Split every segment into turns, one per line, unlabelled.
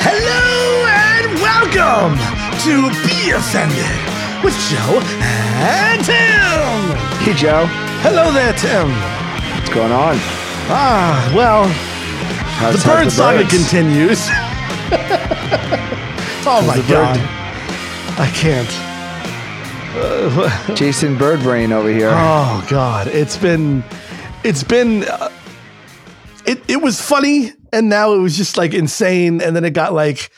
Hello and welcome to Be Offended with Joe and Tim.
Hey, Joe.
Hello there, Tim.
What's going on?
Ah, well,
How's,
the
how's
bird saga
birds?
continues. oh my
the
god,
bird-
I can't.
Jason Birdbrain over here.
Oh god, it's been, it's been. Uh, it it was funny, and now it was just like insane, and then it got like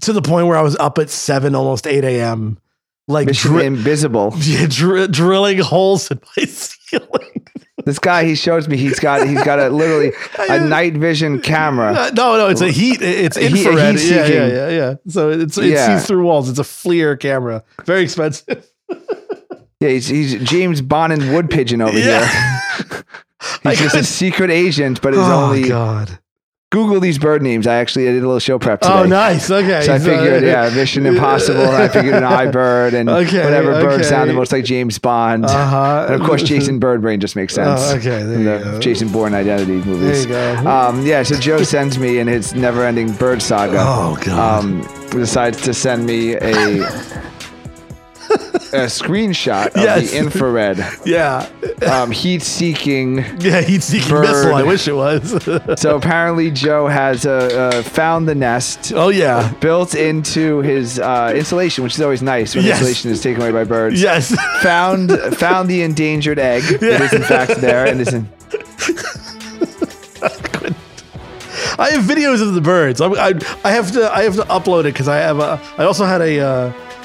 to the point where I was up at seven, almost eight a.m. Like
Mission
dri-
Invisible.
yeah, dri- drilling holes in my ceiling.
This guy, he shows me he's got he's got a literally a night vision camera.
Uh, no, no, it's a heat. It's
heat-
infrared.
heat
yeah, yeah,
seeking.
yeah, yeah. So it's it
Yeah.
sees through walls. It's a FLIR camera. Very expensive.
Yeah, he's, he's James Bonin wood pigeon over here.
Yeah. I
He's just a
couldn't-
secret agent, but is
oh
only
god.
Google these bird names. I actually I did a little show prep today.
Oh, nice. Okay.
So I
so- uh,
figured, yeah, Mission Impossible. and I figured an iBird and
Okay,
whatever bird
okay.
sounded most like James Bond.
Uh-huh.
And of course, Jason Birdbrain just makes sense.
Oh, okay, there
in
you
the
go.
Jason Bourne Identity movies.
There you go.
Um, yeah, so Joe sends me in his never-ending bird saga.
Oh, God.
Um, decides to send me a a screenshot of
Yes.
the infrared
Yeah.
um, heat-seeking.
Yeah, heat seeking
Bird.
missile. I wish it was.
So apparently, Joe has uh, uh, found the nest.
oh yeah.
Built into his uh, insulation, which is always nice when
Yes.
insulation is taken away by birds.
Yes.
found found the endangered egg. It is in fact there, and is in,
I have videos of the birds. I, I, I have to I have to upload it because I have a I also had a uh,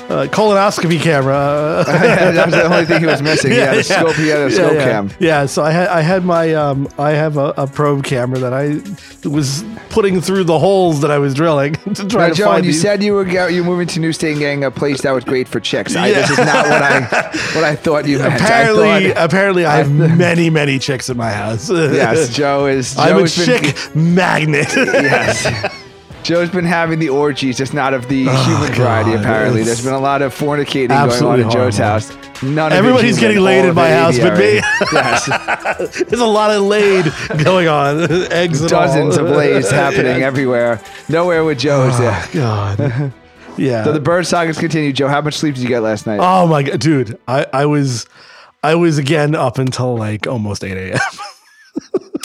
uh, colonoscopy camera.
that was the only thing he was missing. he had a scope. He had a
yeah,
scope
yeah.
cam.
Yeah, so I had I had my um I have a, a probe camera that I was putting through the holes that I was drilling to try
Now,
to
Joe,
find
when you
these.
said you were go- you were moving to New State and getting a place that was great for chicks. I, this is not what I what I thought you meant. I
apparently, uh,
thought-
apparently, I have many many chicks in my house.
yes, Joe is. Joe
I'm a
has been-
chick magnet.
yes. Joe's been having the orgies, just not of the human variety.
Oh, God,
Apparently,
it's
there's been a lot of fornicating going on
absolutely
in Joe's
horrible.
house. None of it
Everybody's
human,
getting
all
laid
of
in my
it
house but me.
aviary. yes.
There's a lot of laid going on. Eggs and all.
dozens of lays happening
Yeah.
everywhere. Nowhere with Joe is there.
Oh, God. Yeah.
So the bird sagas continue. Joe, how much sleep did you get last night?
oh my god, dude. I, I was I was again up until like almost 8 a.m.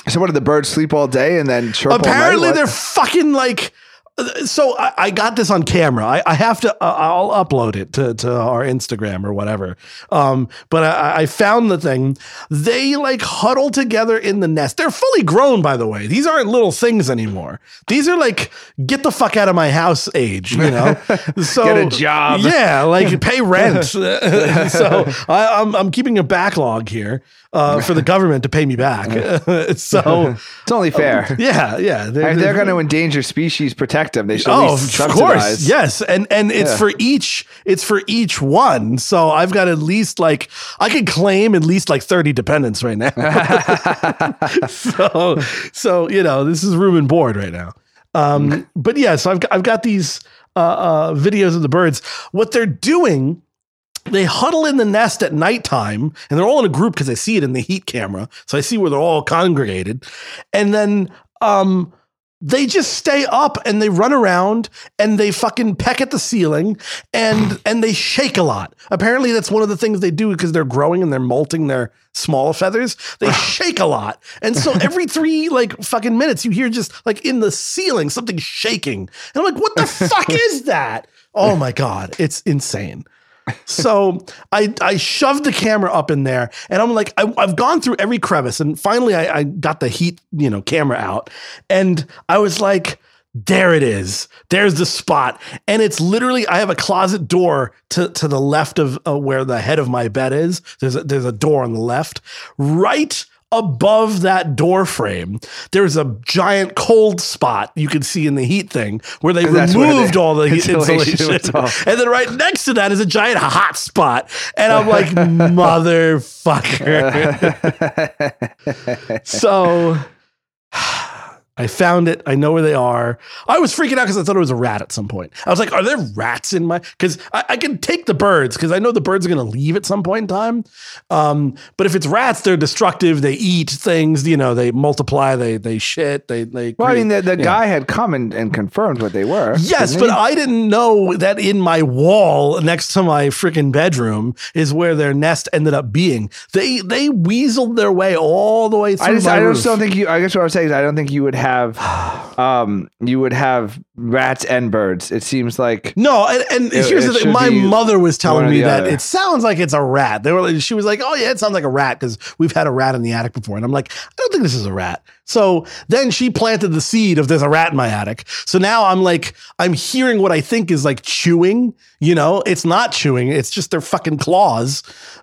so what did the birds sleep all day and then chirp all night?
Apparently
What?
they're fucking like so I, I got this on camera. I, I have to. Uh, I'll upload it to, to our Instagram or whatever. Um, but I, I found the thing. They like huddle together in the nest. They're fully grown, by the way. These aren't little things anymore. These are like get the fuck out of my house age. You know. So
Get a job.
Yeah, like pay rent. so I, I'm I'm keeping a backlog here uh, for the government to pay me back. so.
it's only fair.
Yeah, yeah. They're,
If they're going to endanger species, protect them. They should at
Oh,
least
of
subsidize.
course. Yes. And and it's
Yeah.
for each it's for each one. So I've got at least like I could claim at least like 30 dependents right now. so so you know, this is room and board right now. Um but yeah, so I've got, I've got these uh, uh videos of the birds. What they're doing they huddle in the nest at nighttime and they're all in a group because I see it in the heat camera. So I see where they're all congregated. And then um, they just stay up and they run around and they fucking peck at the ceiling and and they shake a lot. Apparently that's one of the things they do because they're growing and they're molting their small feathers. They shake a lot. And so every 3 like fucking minutes you hear just like in the ceiling something shaking. And I'm like what the fuck is that? Oh my god, it's insane. So I I shoved the camera up in there, and I'm like, I, I've gone through every crevice, and finally I, I got the heat, you know, camera out, and I was like, there it is, there's the spot, and it's literally I have a closet door to to the left of uh, where the head of my bed is. There's a, there's a door on the left, right. Above that door frame, there's a giant cold spot you can see in the heat thing where they
That's where
removed
the
all the heat
insulation
insulation.
was off.
And then right next to that is a giant hot spot. And I'm like, motherfucker. so I found it. I know where they are. I was freaking out because I thought it was a rat at some point. I was like, are there rats in my? Because I, I can take the birds because I know the birds are going to leave at some point in time. Um, but if it's rats, they're destructive. They eat things. You know, they multiply. They they shit. They they.
Well, I
create-
mean, the, the
yeah.
guy had come and, and confirmed what they were.
Yes,
didn't
but uh,
he?
I didn't know that in my wall next to my freaking bedroom is where their nest ended up being. They they weaseled their way all the way through
I just,
my
I
roof.
just don't think you. I guess what I was saying is, I don't think you would have, um, you would have rats and birds. It seems like
No, and, and
It-
here's
it
the thing.
should
My
be
mother was telling
or
me
the
that
other.
it sounds like it's a rat. They were, like- she was like, "Oh yeah, it sounds like a rat" because we've had a rat in the attic before, and I'm like, "I don't think this is a rat." So then she planted the seed of there's a rat in my attic. So now I'm like, I'm hearing what I think is like chewing. You know, it's not chewing; it's just their fucking claws.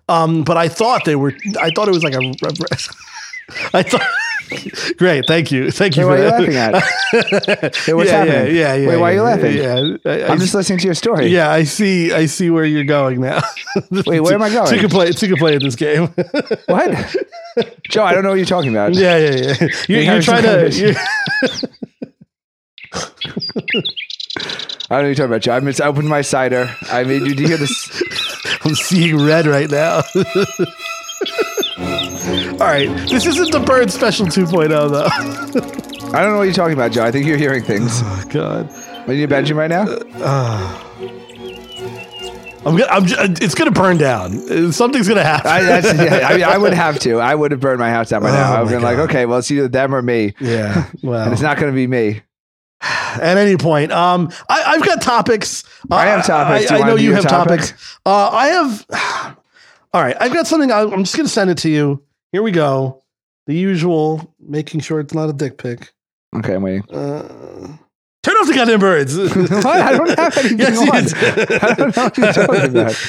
Um, but I thought they were. I thought it was like a. I thought. Great, thank you, thank you
Hey, what
for
are you
that.
laughing at? Hey, what's
yeah,
happening?
yeah, yeah, yeah.
Wait, why are you
yeah,
laughing?
Yeah, I- I
I'm just listening to your story.
yeah, I see. I see where you're going now.
Wait, where am I going?
So you can play. So you can play this game.
What? Joe, I don't know what you're talking about.
yeah, yeah, yeah. You're,
Yeah,
you're
it's
trying
okay.
to. You're,
I don't know what you're talking about, Joe. I, mis- I opened my cider. I made you do you hear this.
I'm seeing red right now. All right, this isn't the bird special 2.0 though.
I don't know what you're talking about, Joe. I think you're hearing things.
Oh God,
Are you in bedroom right now?
I'm gonna. I'm. Just, it's gonna burn down. Uh, Something's gonna happen.
I, that's, yeah, I mean, I would have to. I would have burned my house down by now.
Oh,
I would
my
have been like,
God. Oh.
okay, well, it's either them or me.
yeah. Well.
And it's not going to be me.
at any point. Um, I, I've got topics.
I have
Uh,
topics. Do
I,
you
I know
wanna do
you
your
have topics.
topics?
Uh, I have. All right, I've got something. I, I'm just gonna send it to you. Here we go. The usual, making sure it's not a dick pic.
Okay, I'm waiting.
Uh, turn off the goddamn birds.
What? I don't have anything
Yes, you
on.
do.
I don't know what you're talking about.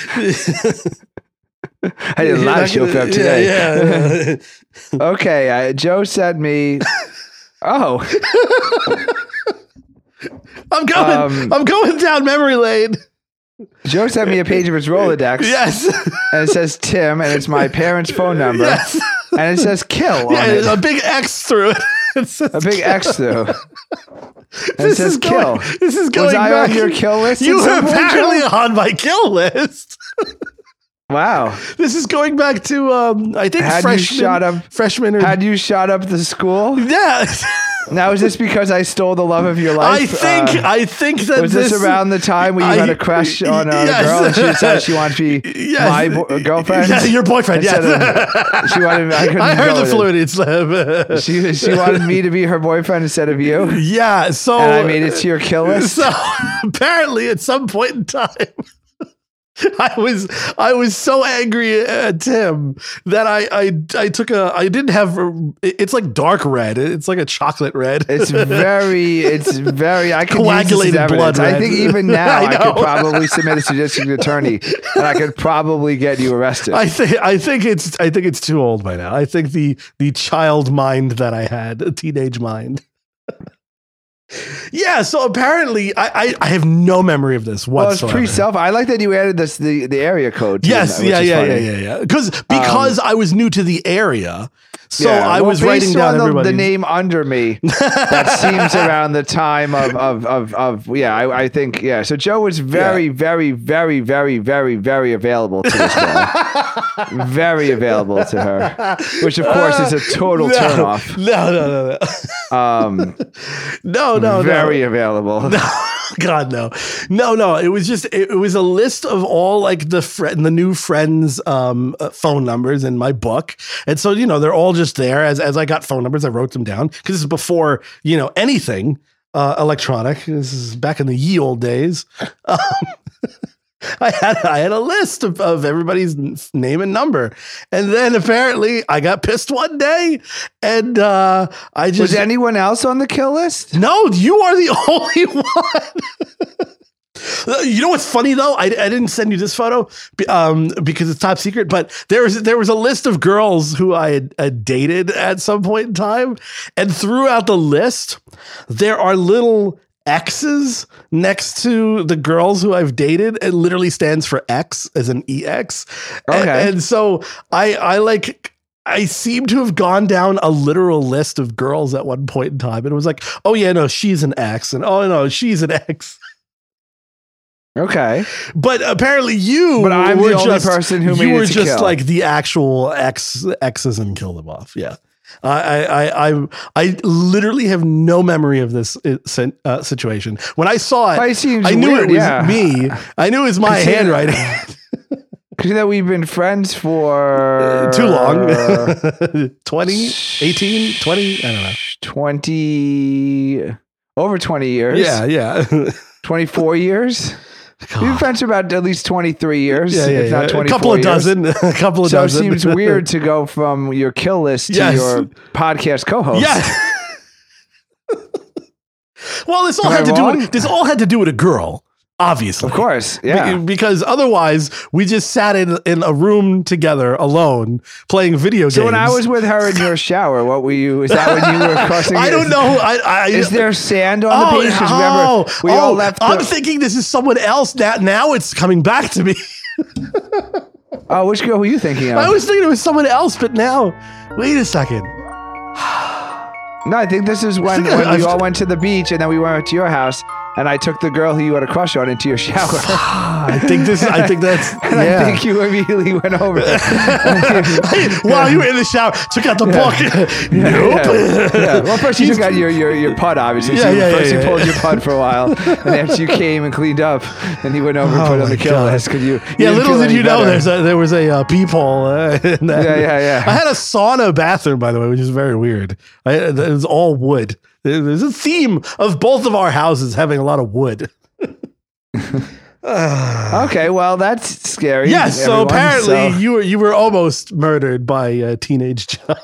I did
You're
a live
not
show
gonna-
up today.
Yeah, yeah.
Okay, I, Joe sent me. Oh,
I'm going.
Um,
I'm going down memory lane.
Joe sent me a page of his Rolodex,
Yes.
and it says Tim, and it's my parents' phone number,
Yes.
and it says kill on it.
Yeah, a big X through it. It says
A big X though. And it
this
says
is
kill.
going, This is going
Was I
back.
on your kill list? at
You were
some point, Joe?
apparently on my kill list.
Wow.
This is going back to um, I think
Had you
freshman.
shot up-
freshman or
Had you shot up the school?
yeah.
Now is this because I stole the love of your life?
I think
Uh,
I think that
was this, around the time when you
I-
had a crush on a
Yes.
girl and she decided she wanted to be
Yes.
my bo- uh, girlfriend?
Yeah, your boyfriend.
Instead
Yes.
of- she wanted. I, couldn't
I heard
go
the
with it.
fluidity slip.
She she wanted me to be her boyfriend instead of you, and
yeah. So
I made it to your kill list.
Oh, So apparently, at some point in time, I was I was so angry at Tim that I I, I took a I didn't have it's like dark red. It's like a chocolate red.
It's very, it's very. I can
Coagulated
use this as
blood
evidence. I
red.
think even now
I
I, could
know.
probably submit this to district attorney, and I could probably get you arrested.
I think I think it's I think it's too old by now. I think the the child mind that I had, a teenage mind. yeah, so apparently I, I I have no memory of this
well, it's
whatsoever.
pre self. I like that you added this the, the area code. to
Yes,
it, which
yeah,
is
yeah,
funny. Um,
yeah, yeah, yeah. Because because I was new to the area, so
Yeah,
I
well,
was
based
writing down
on the,
everybody.
the name under me. that seems around the time of of of, of yeah. I, I think yeah. So Joe was very, very, very, very, very, very available to this girl. very available to her, which of course is a total
no,
turn off.
No, no, no,
Um,
no, no, no,
very
no.
available.
God no, no, no. It was just it, it was a list of all like the friend, the new friends' um, uh, phone numbers in my book, and so you know they're all just there. As as I got phone numbers, I wrote them down because this is before you know anything uh, electronic. This is back in the ye old days. Um, I had I had a list of, of everybody's n- name and number, and then apparently I got pissed one day, and uh, I just
Was anyone else on the kill list?
no, you are the only one. Uh, You know what's funny though? I, I didn't send you this photo be- um, because it's top secret, but there was there was a list of girls who I had, uh, dated at some point in time, and throughout the list, there are little X's next to the girls who I've dated. It E literally stands for X as an EX. A-
Okay.
and so I I like I seem to have gone down a literal list of girls at one point in time, and it was like, oh yeah, no, she's an X, and oh no, she's an X.
Okay.
But apparently, you
But I'm
were
the only
just
person who
you
made
were
it to
just
kill.
like the actual ex exes and kill them off. Yeah. I I I I, I literally have no memory of this uh, sin- uh, situation. When I saw
Well,
it,
it seems
I knew
weird,
it was
yeah.
me. I knew it was my
I see it.
handwriting.
Because you know we've been friends for
Too long. 20, 18, 20, I don't know.
twenty over twenty years.
Yeah, yeah.
twenty four years. We've been friends for about at least twenty three years.
yeah, yeah,
if not
yeah.
twenty.
A couple of dozen. A couple of
So it
dozen.
seems weird to go from your kill list to
Yes.
your podcast co-host.
Yeah. well, this all
Am I
had to do
wrong?
with this all had to do with a girl, obviously.
of course.
Be-
Yeah,
Because otherwise, we just sat in, in a room together alone playing video games.
So when I was with her in your shower, what were you? Is that when you were crossing?
I don't know. I, I,
Is there sand on
Oh,
the beach? 'Cause
oh,
remember, we all
oh,
left.
I'm
the-
thinking this is someone else. Now, now it's coming back to me.
oh, which girl were you thinking of?
I was thinking it was someone else, but now, wait a second.
no, I think this is when,
think I-
when we
I've-
all went to the beach, and then we went to your house, and I took the girl who you had a crush on into your shower.
I think this. I think that's.
and
yeah.
I think you immediately went over.
While you were in the shower, took out the book. nope.
Yeah. Well, first you took out your, your, your putt, obviously.
Yeah,
so you-
yeah,
first
yeah,
you
yeah.
pulled your putt for a while, and after you came and cleaned up, then you went over
Oh
and put it on
my
the kill
God.
list because you. you
Yeah,
didn't
little
feel
did
any
you know
better.
there's a, there was a uh, peephole. Uh, in that.
Yeah, yeah, yeah.
I had a sauna bathroom, by the way, which is very weird. I, it was all wood. There- There's a theme of both of our houses having a lot of wood.
Okay, well that's scary.
Yes, so
everyone,
apparently
so-
you were you were almost murdered by uh, teenage Joe.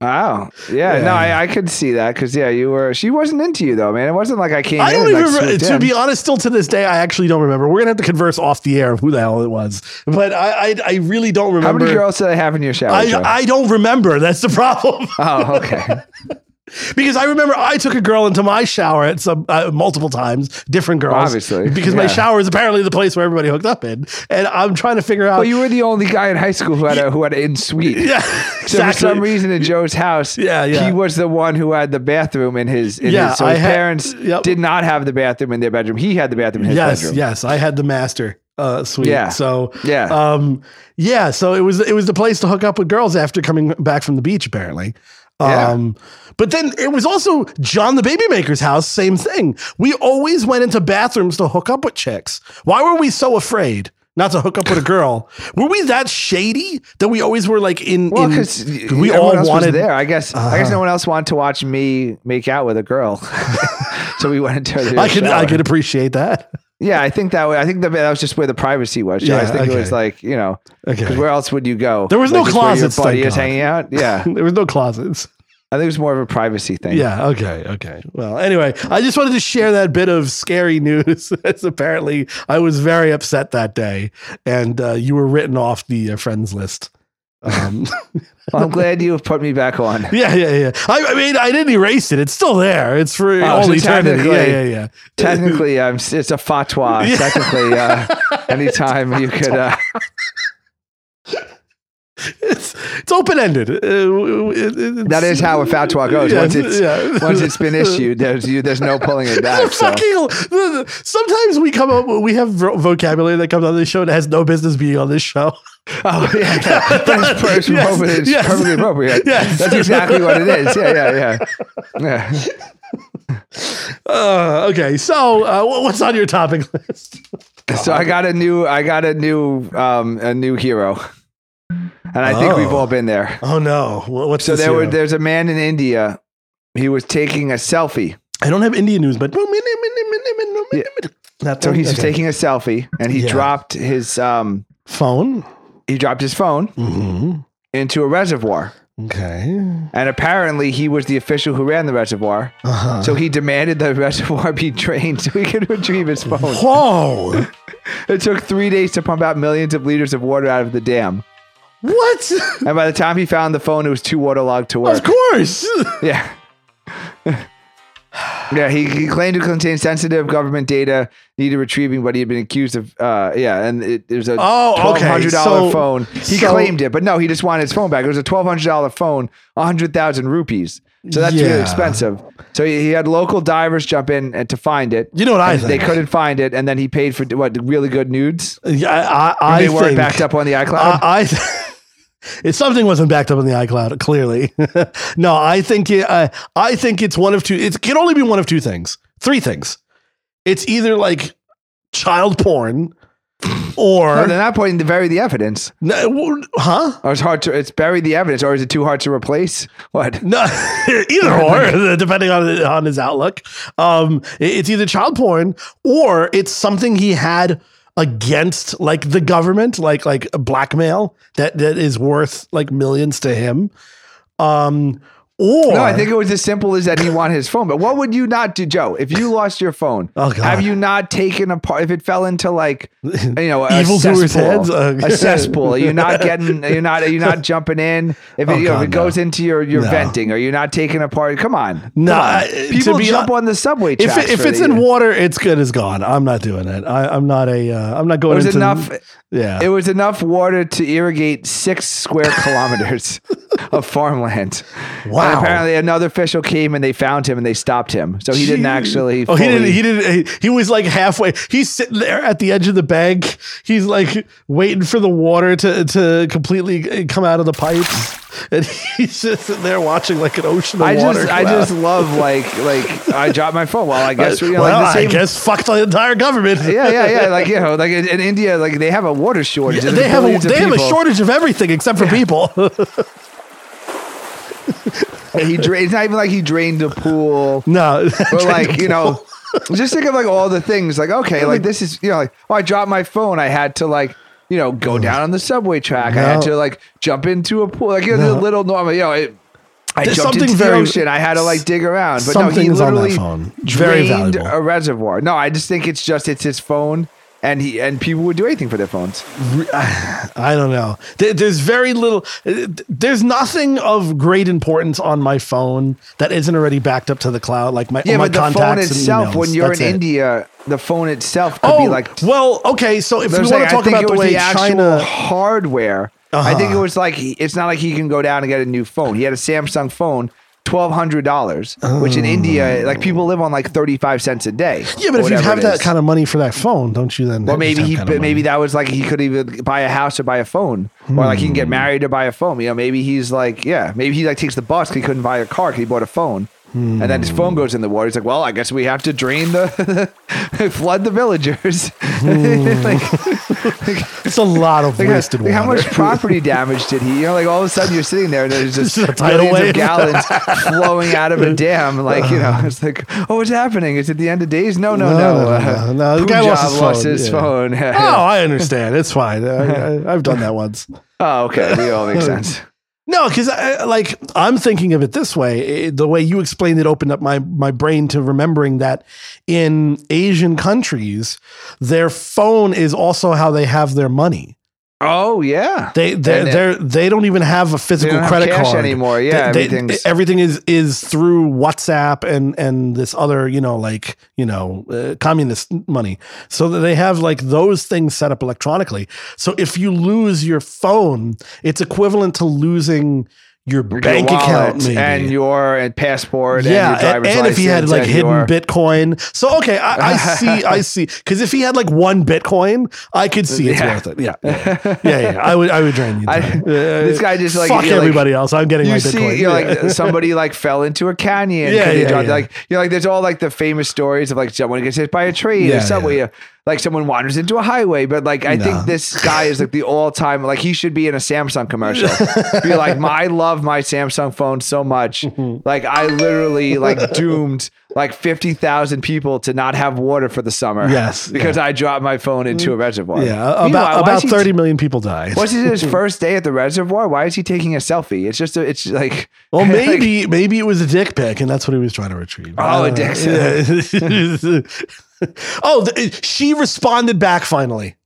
Wow. Yeah,
Yeah.
no, I, I could see that because yeah, you were. She wasn't into you though, man. It wasn't like I came.
I
in
don't
and, like,
even remember.
swooped
To
in.
be honest, still to this day, I actually don't remember. We're gonna have to converse off the air of who the hell it was, but I I, I really don't
How
remember.
many girls did I have in your shower? Joe?
I, I don't remember. That's the problem.
oh, okay.
because I remember I took a girl into my shower at some uh, multiple times, different girls.
Obviously,
because my
yeah.
shower is apparently the place where everybody hooked up in, and I'm trying to figure out.
Well, you were the only guy in high school who had a who had an in suite.
yeah,
So for some
exactly.
reason, in Joe's house,
Yeah, yeah.
he was the one who had the bathroom in his. In
Yeah,
his, so
I
his
had-
parents
yep.
did not have the bathroom in their bedroom. He had the bathroom in his
yes,
bedroom.
yes, I had the master uh, suite.
Yeah.
So
Yeah.
um, yeah. So it was it was the place to hook up with girls after coming back from the beach, apparently.
Yeah.
Um, but then it was also John the Baby Maker's house. Same thing. We always went into bathrooms to hook up with chicks. Why were we so afraid? Not to hook up with a girl. Were we that shady that we always were like in?
Well,
in-
because
we all wanted Uh-huh.
there. I guess I guess no one else wanted to watch me make out with a girl, so we went into. the
I could I
shower.
could appreciate that.
Yeah, I think that way. I think that, that was just where the privacy was. Yeah, I
Yeah,
think it was
okay.
like you know,
Okay.
'cause where else would you go?
There was
Like,
no
just where
closets,
Your buddy
thank
is
God.
hanging out. Yeah,
there was no closets.
I think it was more of a privacy thing.
Yeah. Okay. Okay. Well, anyway, I just wanted to share that bit of scary news. As apparently, I was very upset that day, and uh, you were written off the uh, friends list. Um,
Well, I'm glad you have put me back on.
yeah, yeah, yeah. I, I mean, I didn't erase it. It's still there. It's for all
Oh, so
eternity. Yeah, yeah,
technically-
yeah.
Technically, um, it's a fatwa. Technically, uh, anytime you could. Uh,
It's it's Uh, open ended.
that is how a fatwa goes.
Yeah,
once it's
yeah.
once it's been issued, there's you, there's no pulling it
The
back. So.
fucking, the- the- sometimes we come up, we have vo- vocabulary that comes on this show that has no business being on this show.
Oh yeah, yeah. that's perfectly
Yes,
appropriate. It's
yes.
perfectly appropriate.
Yes.
That's exactly what it is. Yeah, yeah, yeah. yeah.
Uh, okay, so uh, wh- what's on your topic list?
So I got a new, I got a new, um, a new hero, and I think
Oh.
we've all been there.
Oh no! Wh- What's
So
this
there were,
hero?
there's a man in India. He was taking a selfie.
I don't have Indian news, but
Yeah.
That's
So
one-
he's
okay.
taking a selfie, and he
Yeah.
dropped his, um,
phone.
he dropped his phone
Mm-hmm.
into a reservoir.
Okay.
And apparently, he was the official who ran the reservoir.
Uh-huh.
So he demanded the reservoir be drained so he could retrieve his phone.
Whoa!
It took three days to pump out millions of liters of water out of the dam.
what?
And by the time he found the phone, it was too waterlogged to work.
of course.
Yeah. Yeah, he, he claimed to contain sensitive government data needed retrieving, but he had been accused of. Uh, yeah, and it, it was a
Oh,
twelve
okay.
hundred dollar
So-
phone. He
so-
claimed it, but no, he just wanted his phone back. It was a twelve hundred dollar phone, hundred thousand rupees. So that's
Yeah.
really expensive. So he, he had local divers jump in and to find it.
You know what I
And They
think.
couldn't find it, and then he paid for what really good nudes.
Yeah, I, I, I
they
think uh,
weren't backed up on the iCloud.
I, I if something wasn't backed up in the iCloud, clearly. no, I think it, I, I think it's one of two. It can only be one of two things, three things. It's either like child porn,
no,
or
they're not pointing to bury the evidence.
No, w- huh?
Or it's hard to it's bury the evidence, or is it too hard to replace? What?
No, either or, depending on on his outlook. Um, it- it's either child porn or it's something he had against like the government, like like blackmail that that is worth like millions to him. Um, or
No, I think it was as simple as that he wanted his phone. But what would you not do, Joe? If you lost your phone,
Oh, God.
have you not taken apart? If it fell into like, you know, a
Evildoers'
cesspool,
heads? Oh,
a cesspool, are you not getting? Are you not? Are you not jumping in? If it,
Oh,
you know, if
God,
it goes into your your
No.
venting, are you not taking apart? Come on,
No,
Come on.
I- to
people
be
jump
hon-
on the subway.
if,
tracks
it- if
for
it's
the-
in water, it's good as gone. I'm not doing it. I, I'm not a. Uh, I'm not
it
going
was
into
enough.
Yeah,
It was enough water to irrigate six square kilometers of farmland.
Wow.
And apparently, another official came and they found him and they stopped him. So he didn't actually.
Oh, he didn't.
fully-
He didn't. He, he was like halfway. He's sitting there at the edge of the bank. He's like waiting for the water to to completely uh, come out of the pipes, and he's just sitting there watching like an ocean of
I
water.
just, I
come out.
just love like, like I dropped my phone. Well, I guess you know,
Uh, well,
like the same,
I guess fuck the entire government.
Yeah, yeah, yeah. Like you know, like in, in India, like they have a water shortage. There's
they have a,
billions of
they have a
people.
shortage of everything except for people.
And He dra- it's not even like he drained a pool.
no,
But like you know, just think of like all the things. Like okay, like this is you know, like oh, I dropped my phone. I had to like you know go down on the subway track. I had
No.
to like jump into a pool. Like you know, the little normal. You know, it, I
There's
jumped
something
into
very-
the ocean. I had to like dig around. But no, he
Something's on that
literally
phone. Very
drained
valuable.
a reservoir. No, I just think it's just it's his phone. And he and people would do anything for their phones.
I don't know. There, there's very little. There's nothing of great importance on my phone that isn't already backed up to the cloud, like my
Yeah,
my
but the
contacts
phone
and
itself,
emails.
when you're
That's
in
it.
India, the phone itself could
oh,
be like
well, okay. So if
But
we want to
I'm saying, I
talk
think
about
it
the
was
way
actual
China, Uh-huh.
hardware. I think it was like he- it's not like he can go down and get a new phone. He had a Samsung phone, twelve hundred dollars, which in India, like people live on like thirty five cents a day.
yeah, but if you have that kind of money for that phone, don't you then?
well, maybe he, but maybe that was like he could even buy a house or buy a phone, or like he can
Hmm.
get married or buy a phone. You know, maybe he's like, yeah, maybe he like takes the bus. 'cause He couldn't buy a car. 'cause He bought a phone. And then his phone
Hmm.
goes in the water. He's like, "Well, I guess we have to drain the, flood the villagers."
Hmm.
Like-
it's a lot of
Like,
wasted
like,
water.
how much property damage did he? You know, like all of a sudden you're sitting there and there's just
Just a tidal
millions of
wave.
gallons flowing out of a dam. Like you know, it's like, oh, what's happening? Is it the end of days? No, no,
Uh-huh. No,
no. Uh,
no, no, no. No, the guy lost
Punjab
his phone, yeah.
phone.
Oh, I understand. It's fine. I, I, I've done that once.
oh, okay. It all makes sense.
No, because like I'm thinking of it this way. It- the way you explained it opened up my my brain to remembering that in Asian countries, their phone is also how they have their money.
Oh yeah.
They they
And it-
they they don't even have a physical
don't have
credit
cash
card
anymore. Yeah,
They- they-
everything's-
everything is is through WhatsApp and and this other you know like you know uh, communist money. So that they have like those things set up electronically. So if you lose your phone, it's equivalent to losing your bank
Your wallet
account maybe.
and your and passport.
yeah,
and, your
and,
driver's
and if he had
license
like
and
hidden
your-
Bitcoin, so okay, I, I see, I see. Because if he had like one Bitcoin, I could see it's
Yeah.
worth it. Yeah, yeah, yeah, yeah. I would, I would drain you.
I-
down.
this guy just, like,
fuck
you're, like-
everybody else. I'm getting my
you
Bitcoin.
see, you know,
Yeah.
like uh, somebody like fell into a canyon.
Yeah,
'cause they
yeah,
dropped-
yeah.
Like you know, like there's all like the famous stories of like someone gets hit by a train
Yeah,
or subway.
yeah.
uh, Like someone wanders into a highway, but like I
No.
think this guy is like the all time. Like he should be in a Samsung commercial. be like, my, I love my Samsung phone so much.
Mhm.
Like I literally like doomed like fifty thousand people to not have water for the summer.
Yes,
because I dropped my phone into a reservoir.
yeah,
Meanwhile,
about
why
about
is he-
thirty million people died.
What's his first day at the reservoir? Why is he taking a selfie? It's just a, it's like
Well,
like-
maybe maybe it was a dick pic, and that's what he was trying to retrieve. Uh,
Oh,
I
a
don't
dick-
know. Yeah. oh, th- she responded back finally.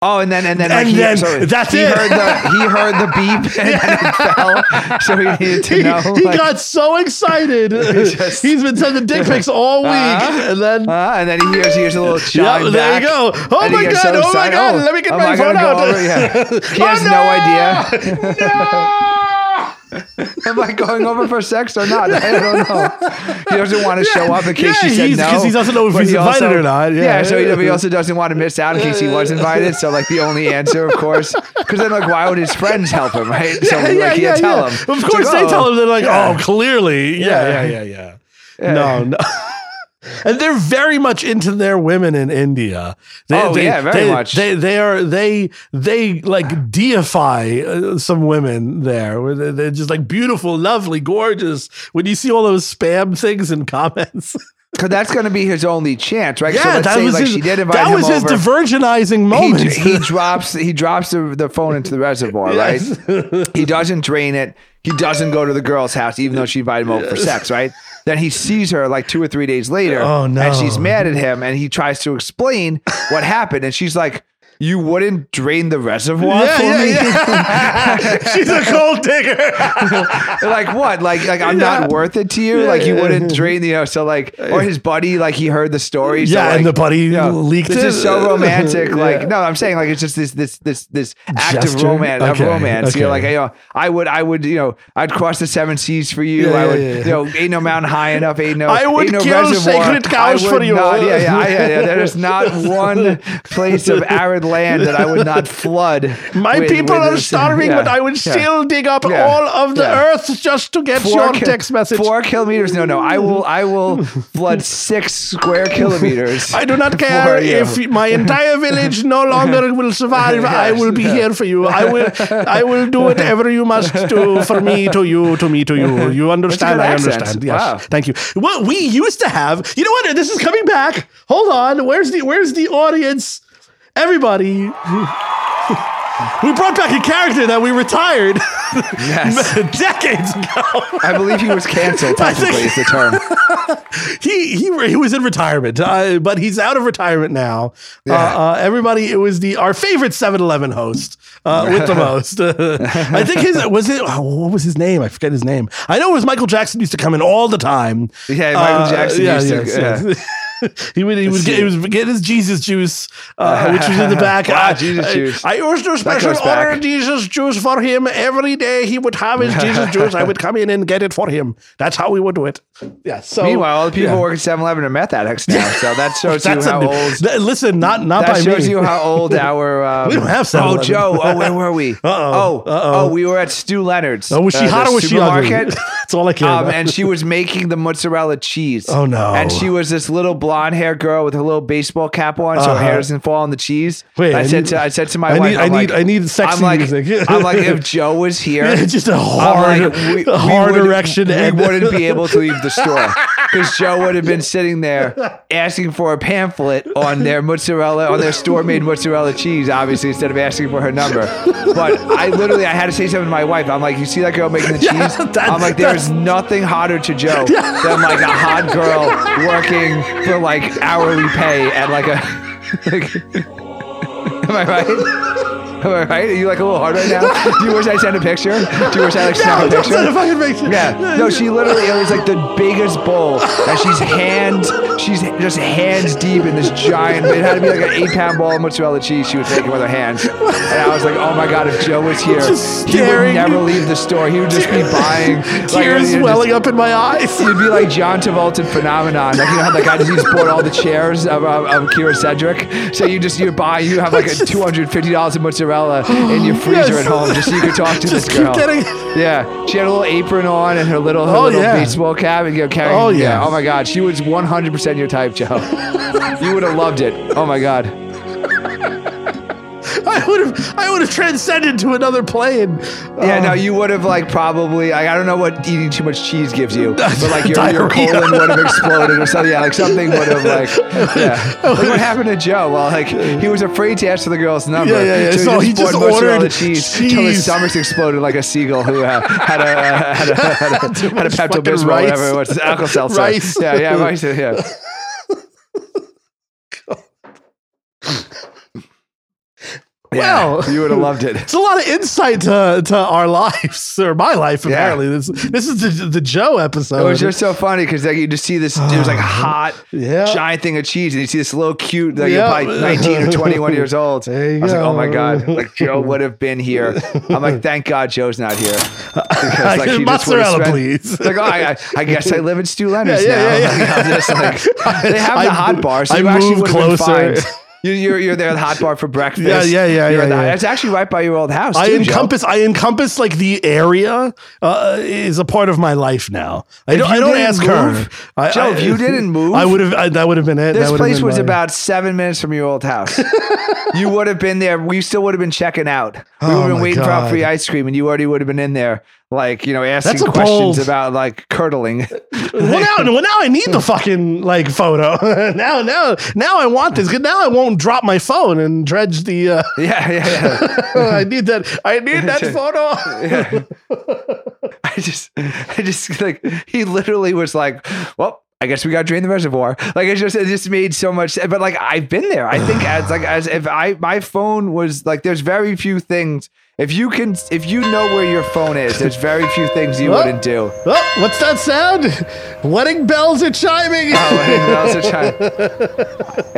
Oh, and then and then
And
like he,
then
so
that's
he
it.
Heard the, he heard the beep and then it fell, so he needed to
He,
know.
he
like,
got so excited.
just-
He's been sending dick pics all week,
Uh-huh.
and then
uh, and then he hears hears a little
yeah,
chime
there
back.
you go. Oh
And he
my god!
gets so
oh my
excited.
god!
Oh,
Let me get
am
my
I
phone
gonna go
out.
over? Yeah. He has
Oh,
no idea.
no!
Am I going over for sex or not? I don't know. He doesn't want to show up in case
Yeah,
she said
he's-
no
'cause he doesn't know if
but
he's
he
invited or not. Yeah.
so he, he also doesn't want to miss out in case he was invited. So like the only answer, of course, because then like why would his friends help him, right? So like he can't tell
yeah.
him.
Of
It's
course,
like,
they
oh,
tell him. They're like,
yeah.
oh, clearly, yeah,
Yeah.
yeah, yeah, yeah. No, no. And they're very much into their women in India. They,
Oh, yeah, very
they,
much.
They they are they they like deify uh, some women there. Where they- They're just like beautiful, lovely, gorgeous. When you see all those spam things and comments,
Because that's going to be his only chance, right? so let's say like
his,
she did invite
that
him
was his
over.
divergenizing
He-
moment.
He, drops he drops the, the phone into the reservoir,
Yes.
right? He doesn't drain it. He doesn't go to the girl's house, even though she invited him over for sex, right? Then he sees her like two or three days later,
Oh, no.
and she's mad at him, and he tries to explain what happened, and she's like, "You wouldn't drain the reservoir
yeah,
for
yeah,
me."
yeah. She's a gold digger.
like what? Like like I'm
Yeah.
not worth it to you.
Yeah,
like you
yeah,
wouldn't
yeah.
drain, you know. So like, or his buddy, like he heard the story. so,
Yeah, and
like,
the buddy leaked
this
it.
is so romantic.
Yeah.
Like no, I'm saying like it's just this this this this act
Gesture?
of romance
Okay,
of romance. You know, like
okay.
you know, I would I would you know I'd cross the seven seas for you.
Yeah,
I
yeah,
would
yeah, yeah.
you know ain't no mountain high enough. Ain't no
I would
ain't no
kill
reservoir.
sacred cows
I would
for you.
Not, yeah, yeah, I- yeah, yeah. There is not one place of arid land that I would not flood.
My
with-
people
with
are
this-
starving,
yeah,
but I would
yeah.
still dig up
Yeah.
all of the
Yeah.
earth just to get your
kil-
text message.
Four kilometers. No, no. I will. I will flood six square kilometers.
I do not care
you.
if my entire village no longer will survive. I will be here for you. I will. I will do whatever you must do for me, to you, to me, to you. You understand?
good
I
accent.
understand. Yes.
Wow.
Thank you. Well, we used to have. You know what? This is coming back. Hold on. Where's the Where's the audience? Everybody. We brought back a character that we retired
Yes.
decades ago.
I believe he was canceled.
I think-
Technically, is the term.
he he he was in retirement, uh, but he's out of retirement now.
Yeah.
Uh, uh, everybody, it was the our favorite 7-Eleven host uh, with the most. I think his was it. oh, what was his name? I forget his name. I know it was Michael Jackson used to come in all the time. Uh,
Yeah, Michael Jackson used to-
yes. he would he would get, he was get his Jesus juice, uh, which was in the back.
Wow,
I-
Jesus
I,
juice.
I used to special
goes back.
order Jesus juice for him every day. He would have his Jesus juice. I would come in and get it for him. That's how we would do it. Yeah. So
Meanwhile, all the people
Oh, yeah.
working 7-Eleven are meth addicts now. So that shows you
That's
how
a,
old.
th- listen, not not
That
by
shows
me.
you how old our. Um,
We don't have
Oh,
7-Eleven.
Joe. Oh, where were we?
Uh-oh.
Oh,
Uh-oh.
oh, we were at Stu Leonard's.
Oh, was she
uh,
hot
the
or was she ugly?
supermarket.
That's all I care
Um,
about.
and she was making the mozzarella cheese.
Oh, no.
And she was this little blonde hair girl with a little baseball cap on, so her
Uh-huh.
hair doesn't fall on the cheese.
Wait,
I,
I
said
need-
to I said to my
I
wife,
need-
I'm
I need-
like-
I need sexy
I'm like,
music.
I'm like, if Joe was here,
Yeah, just a
I'm
hard,
we- we
hard
wouldn't-
erection.
We
and-
wouldn't be able to leave the store because Joe would have been sitting there asking for a pamphlet on their mozzarella, on their store-made mozzarella cheese, obviously instead of asking for her number. But I literally, I had to say something to my wife. I'm like, you see that girl making the cheese?
Yeah, that-
I'm like, there is nothing hotter to Joe than like a hot girl working for like hourly pay at like a. Like, Am I right? Am I right? Are you like a little hard right now? Do you wish I sent a picture? Do you wish I like
No,
sent a
don't
picture?
send a fucking picture.
Yeah. No, she literally it was like the biggest bowl, and she's hands, she's just hands deep in this giant. It had to be like an eight-pound ball of mozzarella cheese. She was making with her hands, and I was like, oh my god, if Joe was here,
Just
he
staring.
would never leave the store. He would just be buying. like,
tears
you know, just-
welling up in my eyes.
It'd be like John Travolta in phenomenon. Like you know how that guy just he's bought all the chairs of, of, of Kira Cedric. So you just you buy you have like a two hundred fifty dollars of mozzarella in your freezer
Yes.
at home just so you could talk to
Just
this
keep
girl.
getting-
Yeah, she had a little apron on and her little her
Oh,
little
yeah.
baseball cap and you know, carrying.
Oh, yeah.
Oh my God, she was one hundred percent your type, Joe. you would have loved it. Oh my God.
I would have, I would have transcended to another plane.
Yeah,
Uh,
no, you would have like probably like I don't know what eating too much cheese gives you, but like your,
Diarrhea.
your colon would have exploded or something. Yeah, like something would have like yeah. Like what happened to Joe? Well, like he was afraid to ask for the girl's number.
Yeah, yeah, yeah. So he just
poured mozzarella
ordered
cheese till
cheese.
his stomach exploded like a seagull who uh, had a uh, had a had a, had a
much fucking
Pepto Bismol,
rice.
whatever it was, alcohol seltzer.
Rice.
Yeah, yeah, rice. Yeah.
Well,
you would have loved it.
It's a lot of insight to, to our lives or my life.
Yeah.
Apparently, this this is the, the Joe episode.
It was just so funny because like you just see this dude's like hot
Yeah.
giant thing of cheese, and you see this little cute like you're
Yeah.
probably nineteen or twenty one years old.
There you
I was like,
go.
oh my god, like Joe would have been here. I'm like, thank God Joe's not here because
Like,
he just would've
mozzarella,
spent-
please.
It's Like, oh, I, I- I guess I live in Stu Leonard's
Yeah, yeah, yeah,
now.
yeah.
Like, I'm just like, they have
I-
the hot bar, so
I
you actually
moved
would have been
closer.
fine. You- You're, you're there at the hot bar for breakfast.
Yeah, yeah, yeah,
You're at
yeah,
the-
yeah.
It's actually right by your old house.
I
too, Joe.
encompass. I encompass like the area uh, is a part of my life now. I don't.
you
I don't
didn't
ask
move-
her. I,
Joe,
I-
if you didn't move-
I would have. I- That would have been it.
This
That would've
place
been
was
my-
about seven minutes from your old house. you would have been there. We still would have been checking out. We
Oh
would have been
my
waiting for our
God.
free ice cream, and you already would have been in there, like you know, asking
That's a
questions
bold-
about like curdling.
Well now, well now I need the fucking like photo. now, now, now I want this. 'Cause Now I won't drop my phone and dredge the. Uh,
yeah, yeah, yeah.
I need that. I need that photo.
I just, I just like he literally was like, well. I guess we got to drain the reservoir. Like it just, it just made so much. But like I've been there. I think as like as if I my phone was like. There's very few things. If you can, if you know where your phone is, there's very few things you
Well,
wouldn't do.
Oh, what's that sound? Wedding bells are chiming.
Oh, wait, that was a chi-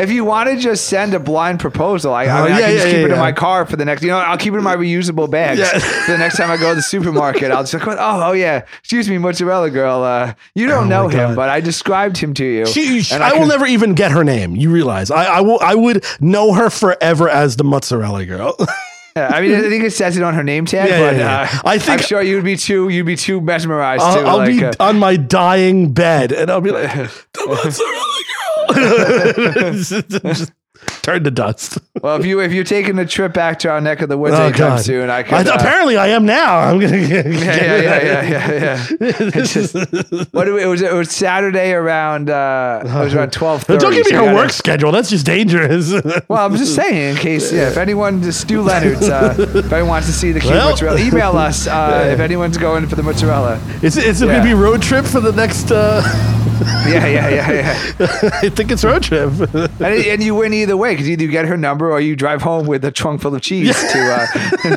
if you want to just send a blind proposal, I, I, mean, I
Uh-huh. yeah,
can just
yeah,
keep
yeah,
it in
yeah.
my car for the next. You know, I'll keep it in my reusable bags.
Yeah.
For the next time I go to the supermarket, I'll just like, oh, oh yeah, excuse me, mozzarella girl. Uh, you don't know him,
Oh God.
but I described him to you.
She, she-
and
I, will
can-
never even get her name. You realize? I, I will. I would know her forever as the mozzarella girl.
I mean, I think it says it on her name tag,
Yeah, yeah,
but
yeah.
Uh,
I
I
think-
think I'm sure you'd be too you'd be too mesmerized.
I'll,
to,
I'll
like,
be
uh,
on my dying bed, and I'll be like the mozzarella girl. Just- just Turn to dust.
well, if you if you're taking a trip back to our neck of the woods anytime soon, I could.
Oh, I-
uh,
apparently, I am now. I'm gonna. Get,
yeah, yeah, yeah, yeah, yeah. What do we- it was it was Saturday around uh it was around twelve thirty.
Don't give me her work schedule. That's just dangerous.
Well, I'm just saying in case yeah, if anyone just Stu Leonard's uh if anyone wants to see the cute
Well-
mozzarella, email us uh if anyone's going for the mozzarella.
Is it, is it
Yeah.
gonna be road trip for the next? Uh,
Yeah, yeah, yeah, yeah.
I think it's road trip.
And, it- and you win either way because either you get her number or you drive home with a trunk full of cheese to uh,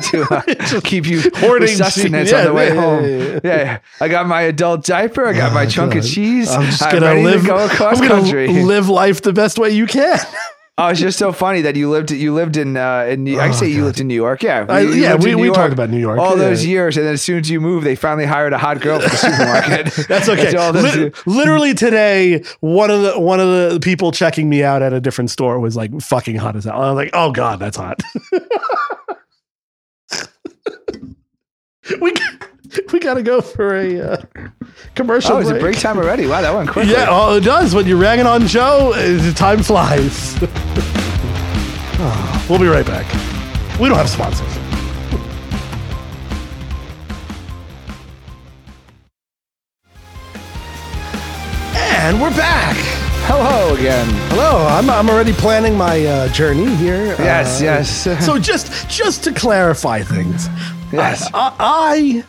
to uh, keep you
Hoarding
with sustenance
cheese.
on
Yeah,
the way
yeah, yeah,
home.
yeah, Oh
Yeah, yeah. I got my adult diaper. I got my chunk of cheese.
I'm just
I'm
gonna
ready
live.
To go across
I'm gonna
country.
live life the best way you can.
Oh, it's just so funny that you lived you lived in uh in New, I say you lived in New York, yeah,
Oh, I-
You- you
yeah,
lived
we-
in
we talked about New York,
all
yeah.
those years, and then as soon as you moved, they finally hired a hot girl for the supermarket.
That's okay.
all those-
Lit- literally today, one of the one of the people checking me out at a different store was like fucking hot as hell. I was like, oh god, that's hot. we we gotta go for a uh, commercial.
oh, it's a
break.
break time already. Wow, that went quick.
Yeah, oh, it does. When you're ragging on Joe, uh, time flies. Oh, we'll be right back. We don't have sponsors. And we're back.
Hello again.
Hello, I'm, I'm already planning my uh, journey here.
Yes,
Uh,
yes.
So just just to clarify things,
Yes.
I, I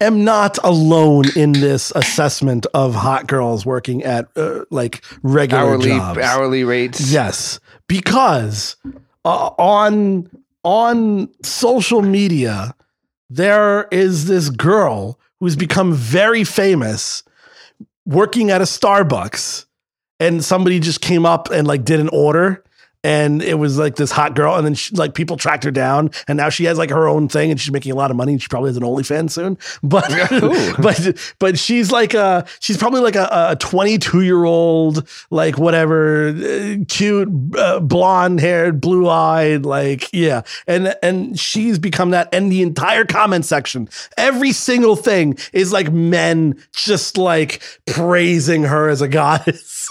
am not alone in this assessment of hot girls working at uh, like regular
hourly
jobs.
hourly rates.
Yes, because uh, on on social media there is this girl who's become very famous working at a Starbucks and somebody just came up and like did an order and it was like this hot girl and then she, like people tracked her down and now she has like her own thing and she's making a lot of money and she probably has an OnlyFans soon but
Ooh.
but but she's like a she's probably like a, a 22 year old like whatever uh, cute uh, blonde haired blue eyed like yeah and and she's become that and the entire comment section every single thing is like men just like praising her as a goddess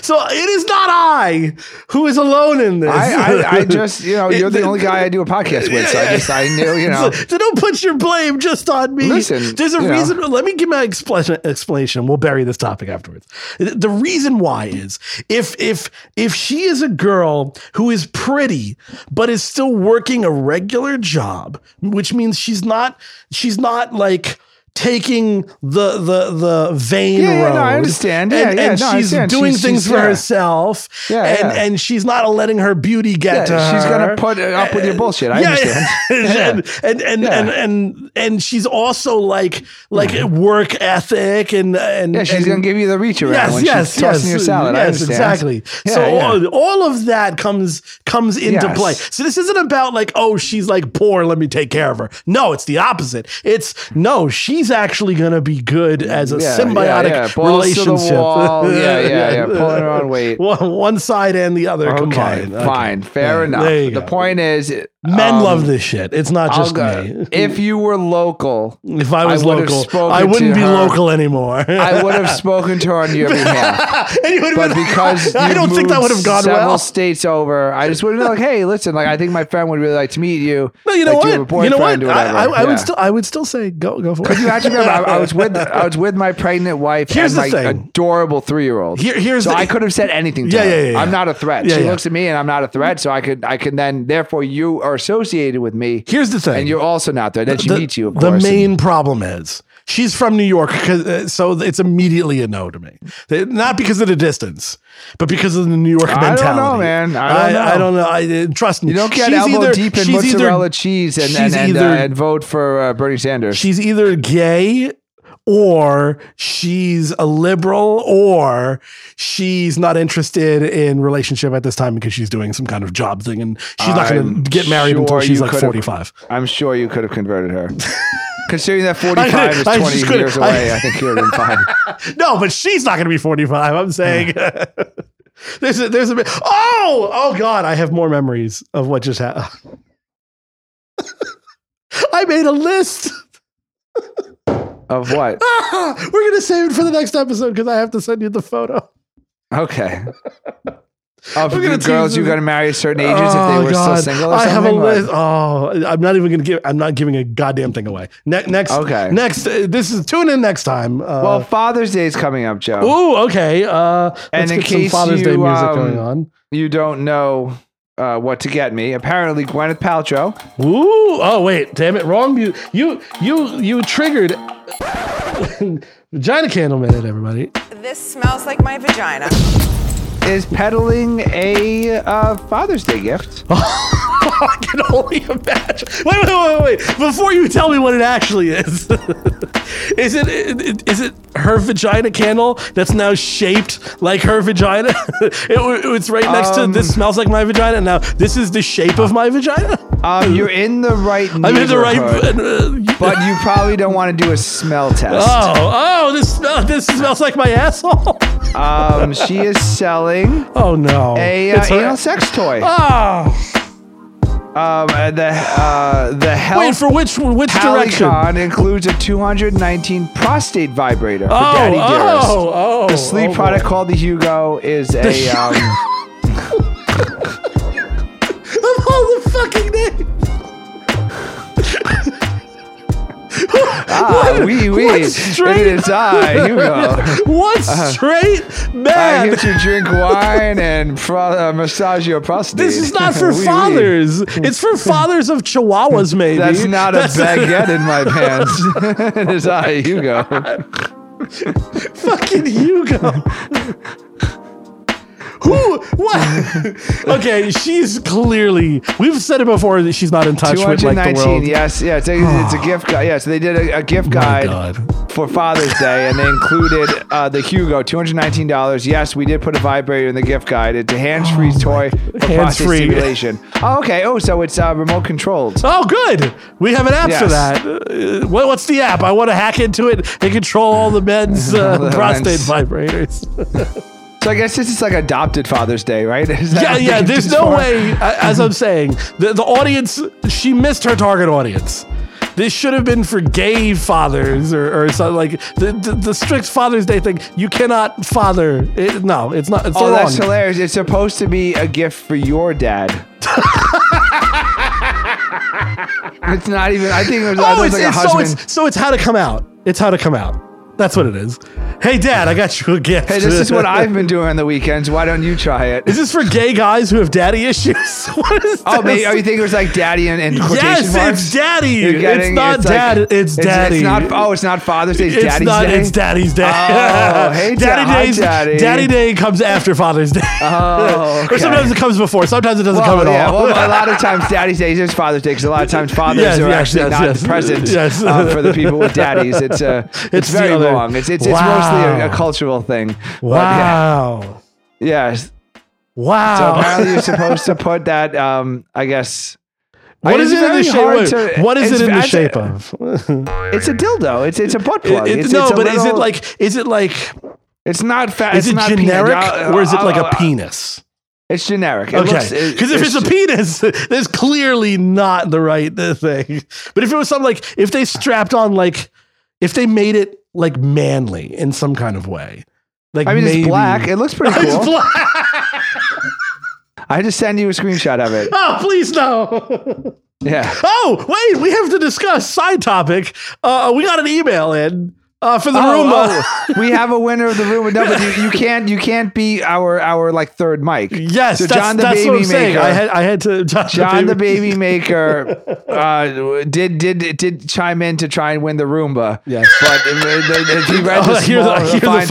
so it is not I who is alone in this.
I, I, I just you know you're the
It-
only guy I do a podcast with, so I just I knew you know.
So, so don't put your blame just on me.
Listen,
there's a
you know.
reason. Let me give my explanation. Explanation. We'll bury this topic afterwards. The reason why is if if if she is a girl who is pretty but is still working a regular job, which means she's not she's not like taking the the the vein
Yeah, yeah,
road.
no, I understand. Yeah,
and,
yeah,
and
no, I
she's
understand.
doing
She's-
things
she's-
for
yeah.
herself.
Yeah,
and
yeah.
and she's not letting her beauty get
Yeah,
to
she's
her. Uh,
gonna put up with your bullshit. I understand.
and, and and,
Yeah. Mm-hmm.
and and and she's also like like work ethic and and
Yeah, she's
and,
gonna give you the reach around
yes,
when
yes,
she's
yes,
tossing your salad. I
Yes,
understand.
exactly.
Yeah,
so
yeah.
All, all of that comes comes into
Yes.
play. So this isn't about like, oh, she's like poor, let me take care of her. No, it's the opposite. It's no, she's actually gonna be good as a
Yeah,
symbiotic
yeah, yeah. Balls to the
relationship.
wall. Yeah, yeah, yeah. Pulling her on weight.
One, one side and the other
Okay,
combined. oh, Okay.
fine, fair enough.
there you
The
go.
point is, it-
Men
um,
love this shit. It's not
I'll
just
go,
me.
if you were local,
If I was
I would've
local,
spoken
I wouldn't
to
be
her.
local anymore.
I would have spoken to her on your behalf.
and you would
But because
I
you
don't think that
moved
would have gone
several
well.
states over, I just would have been like, "Hey, listen, like I think my friend would really like to meet you.
No, you know
like, do
what?
You, have a
you know
boyfriend
what?
or
I,
whatever.
I, I
Yeah.
would still, I would still say go, go for it.
You have to remember, I, I was with I was with my pregnant wife
Here's
and
the
my
thing.
adorable three year old.
Here- here's
so
the-
I could have said anything. To
Yeah,
her.
yeah, yeah, yeah.
I'm not a threat.
Yeah,
she
yeah.
looks at me and I'm not a threat. So I could I can then therefore you are associated with me.
Here's the thing.
and you're also not there. Then she meets you. Of
the
course.
main problem is she's from New York, 'cause, uh, so it's immediately a no to me. They- Not because of the distance, but because of the New York
don't
mentality.
know, man. I don't
I,
know.
don't know. I, uh, trust me.
you don't get elbow deep in
she's either-
mozzarella cheese and and,
she's
and, uh,
either-
and vote for uh, Bernie Sanders.
she's either gay or she's a liberal or she's not interested in relationship at this time because she's doing some kind of job thing and she's not going
I'm
to get married until
sure
she's
you
like
could've-
45
I'm sure you could have converted her. Considering that 45 is
I
20
just could've-
years
I-
away, I, think you would have been fine.
no but she's not going to be 45 i'm saying there's a there's a bit oh oh god i have more memories of what just happened i made a list
Of what?
we're going to save it for the next episode because i have to send you the photo
Okay. Of
We're gonna
the girls
tease
you
them.
got to marry at certain ages if they were still single or
Oh, I have
something.
a
like-
list. Oh, I'm not even gonna give. I'm not giving a goddamn thing away. Ne- next,
Okay.
Next, uh, this is tune in next time. Uh,
Well, Father's Day is coming up, Joe.
ooh, okay. Uh, let's
And in
get some
case
Father's Day
you,
music
um,
going on.
You don't know uh, what to get me. Apparently, Gwyneth Paltrow.
Ooh, oh wait, damn it, wrong music. You, you, you triggered. Vagina candle minute, everybody.
This smells like my vagina.
is peddling a uh, Father's Day gift.
Oh. I can only imagine. Wait, wait, wait, wait. Before you tell me what it actually is, is it is it her vagina candle that's now shaped like her vagina? it, it's right next
Um,
to this smells like my vagina. Now this is the shape of my vagina.
Um, you're in the right
I'm in the right.
neighborhood,
Uh,
but you probably don't want to do a smell test.
oh, oh, this smell. This smells like my asshole.
Um, she is selling
Oh no.
a uh,
It's her-
anal sex toy. Um,
Oh,
uh, the uh, the
wait
health
for which which direction?
Polygon includes a 219 prostate vibrator for
Oh,
daddy dearest.
oh, oh,
the sleep
oh,
product
boy.
called the Hugo is a um,
of all the fucking names.
ah wee wee.
what straight-
It is I Hugo.
What straight
Uh-huh. I
man?
get to drink wine and pro- uh, massage your prostate.
this is not for
Wee wee.
fathers. It's for fathers of chihuahuas, maybe.
That's not
That's
a baguette in my pants. it is I, Hugo.
fucking Hugo. Who? What? okay, she's clearly. We've said it before that she's not in touch with like the
219.
world. Oh,
yes, yeah. It's a, it's a gift guide. Yeah, so they did a, a gift guide
God.
for Father's Day, and they included uh, the Hugo, $219. Yes, we did put a vibrator in the gift guide. It's a hands-free toy for prostate
Oh Hands-free.
stimulation. Oh, okay. Oh, so it's uh, remote controlled.
Oh, good. We have an app for
Yes.
that. Uh, what, what's the app? I want to hack into it and control all the men's uh,
the
prostate
men's-
vibrators.
So I guess this is like adopted Father's Day, right? Is that
yeah,
what the
yeah.
gift
There's
is
no
for?
way, a- as I'm saying, the, the audience, she missed her target audience. This should have been for gay fathers or, or something like the, the, the strict Father's Day thing. You cannot father. It, no, it's not. It's
Oh,
wrong.
that's hilarious. It's supposed to be a gift for your dad. it's not even, I think it was, I thought
Oh,
it was
it's,
like
Oh,
a
it's- so
husband.
it's so it's how to come out. It's how to come out. That's what it is. Hey, Dad, I got you a gift.
Hey, this is what I've been doing on the weekends. Why don't you try it?
Is this for gay guys who have daddy issues? what is
Oh,
this?
maybe, oh, you think it was like daddy and, and quotation
Yes,
marks?
it's daddy.
You're
it's not
like-
dad. it's daddy.
It's not, oh, it's not Father's Day. It's,
It's
Daddy's
not.
Day.
It's Daddy's Day.
Oh, hey,
Daddy
Dad- hi,
Day's-
Daddy.
Day comes after Father's Day.
Oh,
or
okay.
sometimes it comes before. Sometimes it doesn't
Well,
come at
yeah,
all.
well, a lot of times Daddy's Day is Father's Day because a lot of times fathers
Yes,
are
yes,
actually
yes,
not
yes.
present
Yes.
um, for the people with daddies. It's uh, it's,
It's the
very
other-
wrong. It's it's,
Wow.
it's mostly a, a cultural thing. But, yeah.
wow. Oh.
Yes.
Wow.
So apparently you're supposed to put that. Um, I guess.
what is it in the
very hard
shape?
to-
what is
it's-
it in the
it's-
shape of?
It's a dildo. It's it's a butt plug.
It- it-
it's,
no,
it's a
but is it
little-
like? Is it like?
It's not fat.
Is
it's
it
not peanut.
generic
I'll-
or is it like
I'll-
a penis?
uh, It's generic. It looks-
Okay,
it-
because if it's, a penis, there's clearly not the right uh, thing. But if it was something like if they strapped on like if they made it like manly in some kind of way, like
I mean,
maybe-
it's black. It looks pretty
It's
cool.
black.
I just send you a screenshot of it.
Oh, please no.
Yeah.
oh, wait, we have to discuss side topic. Uh, we got an email in uh, for the
Oh,
Roomba.
oh, we have a winner of the Roomba. No, but you, you can't. You can't be our our like third mic.
Yes,
So
that's,
John the
that's
Baby
what I'm saying.
Maker.
I had I had to John,
John the baby maker uh, did did did chime in to try and win the Roomba.
Yes.
but if if you read
Oh,
the
I hear the-
small,
I hear the
fine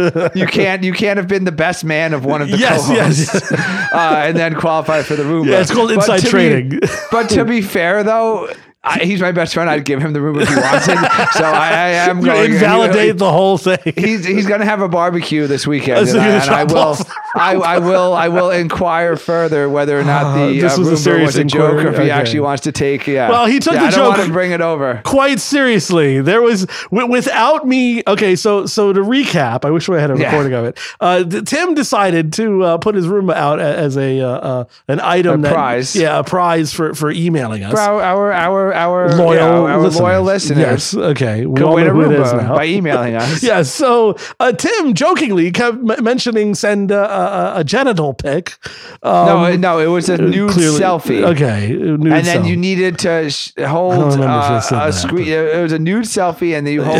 photo.
print, you can't you can't have been the best man of one of the
Yes, yes,
co-hosts, uh, and then qualify for the Roomba.
Yeah, it's called
But
inside
to be-
trading.
but to be fair, though. I, he's my best friend. I'd give him the Roomba if he wants it. So I, I am
You
going
invalidate the whole thing.
he's he's gonna have a barbecue this weekend,
Oh, so
and, I,
you're
and I
gonna
will
drop
I, I will I will inquire further whether or not
Ah,
the
this
uh,
was a
Roomba
serious
was a joke
inquiry.
or if he
Okay.
actually wants to take. Yeah,
Well, he took
yeah,
the
I don't
joke-
want to bring it over.
quite seriously there was w- without me okay so so to recap i wish we had a
Yeah.
recording of it uh th- tim decided to uh, put his room out a- as a uh, uh an item
A
that-
prize.
yeah a prize for for emailing us
For our our our our
loyal
yeah, our
listeners.
loyal listeners
yes okay we
go
all
win
know
a
who it is
Roomba
now
by emailing us.
yeah so uh, tim jokingly kept m- mentioning send uh, uh, a genital pic um,
No, it- no, it was a nude
clearly-
selfie.
okay nude
And then
selfie.
you needed to sh- hold
remember if I
uh,
said
a
that,
screen. It was a nude selfie, and then you hold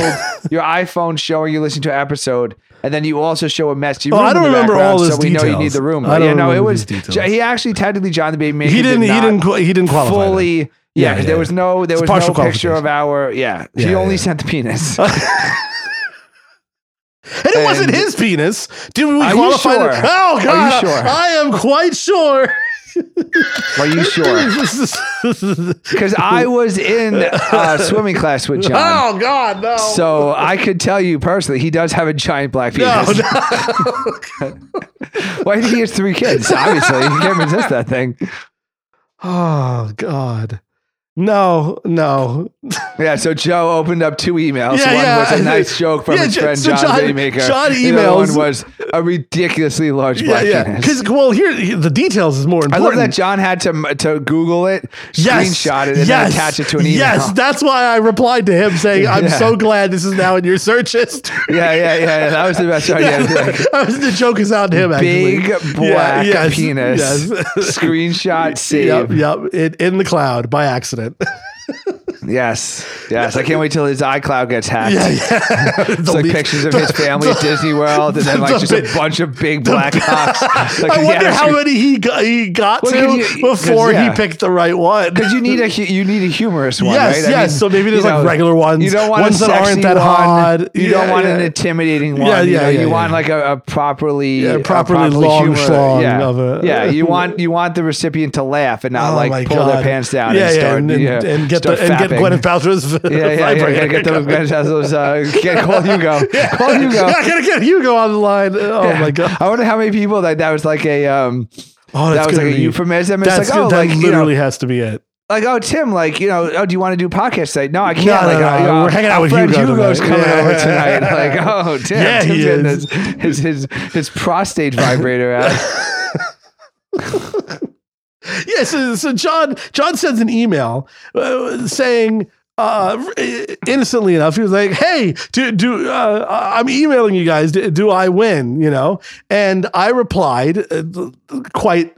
your iPhone showing you listening to an episode, and then you also show a message.
Oh, I don't remember all
this.
those
So we know you need
details.
the room.
I don't
yeah, no, it
remember
was.
these details.
J- He actually technically John the Baby Maker.
he didn't he
did not
didn't qu- he didn't qualify then.
fully.
Yeah,
Yeah,
yeah,
'cause there was no there
It's
was
partial
no picture of
qualification.
our. Yeah, he
Yeah,
only
yeah.
sent the penis.
And it wasn't
And-
his penis. Did we
Are you
qualify?
sure?
it? Oh
Are
God!
you sure?
I am quite sure.
Are you sure?
oh
Because I was in uh, swimming class with John.
Oh, God! No.
So I could tell you personally, he does have a giant black
no,
penis.
no.
Why did he have three kids? Obviously, he can't resist that thing.
Oh God! No, no.
Yeah, so Joe opened up two emails.
Yeah,
one
yeah.
was a nice joke from
Yeah,
his
Jo-
friend
so
John,
John-
Daymaker.
John
The other
emails-
one was a ridiculously large
Yeah,
black
yeah.
penis.
Because well, here the details is more
I
important.
love that John had to to Google it, screenshot it, and then attach it to an email.
Yes, that's why I replied to him saying, "I'm
Yeah.
so glad this is now in your search history."
yeah, yeah, yeah, yeah. That was the best idea. Like,
I was, the joke is out to him. Actually.
big
Yeah,
black
yes,
penis.
yes.
Screenshot save.
Yep, yep. It, in the cloud by accident.
Yes, yes. I can't wait till his iCloud gets hacked.
yeah, yeah.
It's like pictures of his family at Disney World, and then like
the
just
bi-
a bunch of big black cocks. Like,
I wonder how many he got, he got
Well,
to
'cause you- 'cause,
before
yeah.
he picked the right one.
Because you need a hu- you need a humorous one,
Yes,
right? I
yes. So maybe there's,
you
like, regular ones,
You don't want
ones
a
that
sexy
aren't that
one.
hot.
You
Yeah,
don't want
yeah.
an intimidating one.
Yeah,
you
yeah,
know,
yeah,
You
yeah.
want like a, a properly
Yeah,
a
properly long
humorous-
schlong
yeah.
of a-
yeah. You want you want the recipient to laugh and not
Oh my
uh, like pull
God.
their pants down.
Yeah,
and,
yeah,
start,
and, and,
yeah,
and get
start
the and get
fapping.
Gwyneth Paltrow's
Yeah, yeah, yeah, yeah.
vibrator.
Get those, get those, uh, get, call Hugo. Call Hugo.
I gotta get Hugo on the line. Oh my god!
I wonder how many people that that was like a um
Oh,
that was
gonna
like a
be-
euphemism. It's
That's
like
good.
oh
that
like you know
literally has to be it.
like oh Tim like you know oh do you want to do podcast tonight? No I can't.
No, no,
like,
no,
I-
no,
uh,
we're hanging out
our
with
friend
Hugo
Hugo's
tonight.
coming
Yeah.
over tonight. Like oh Tim,
Yeah,
Tim's
he
getting
is.
his, his his his prostate vibrator out.
Yeah, so, so John John sends an email uh, saying uh, innocently enough, he was like, "Hey, do do uh, I'm emailing you guys. Do, do I win?" You know, and I replied, uh, quite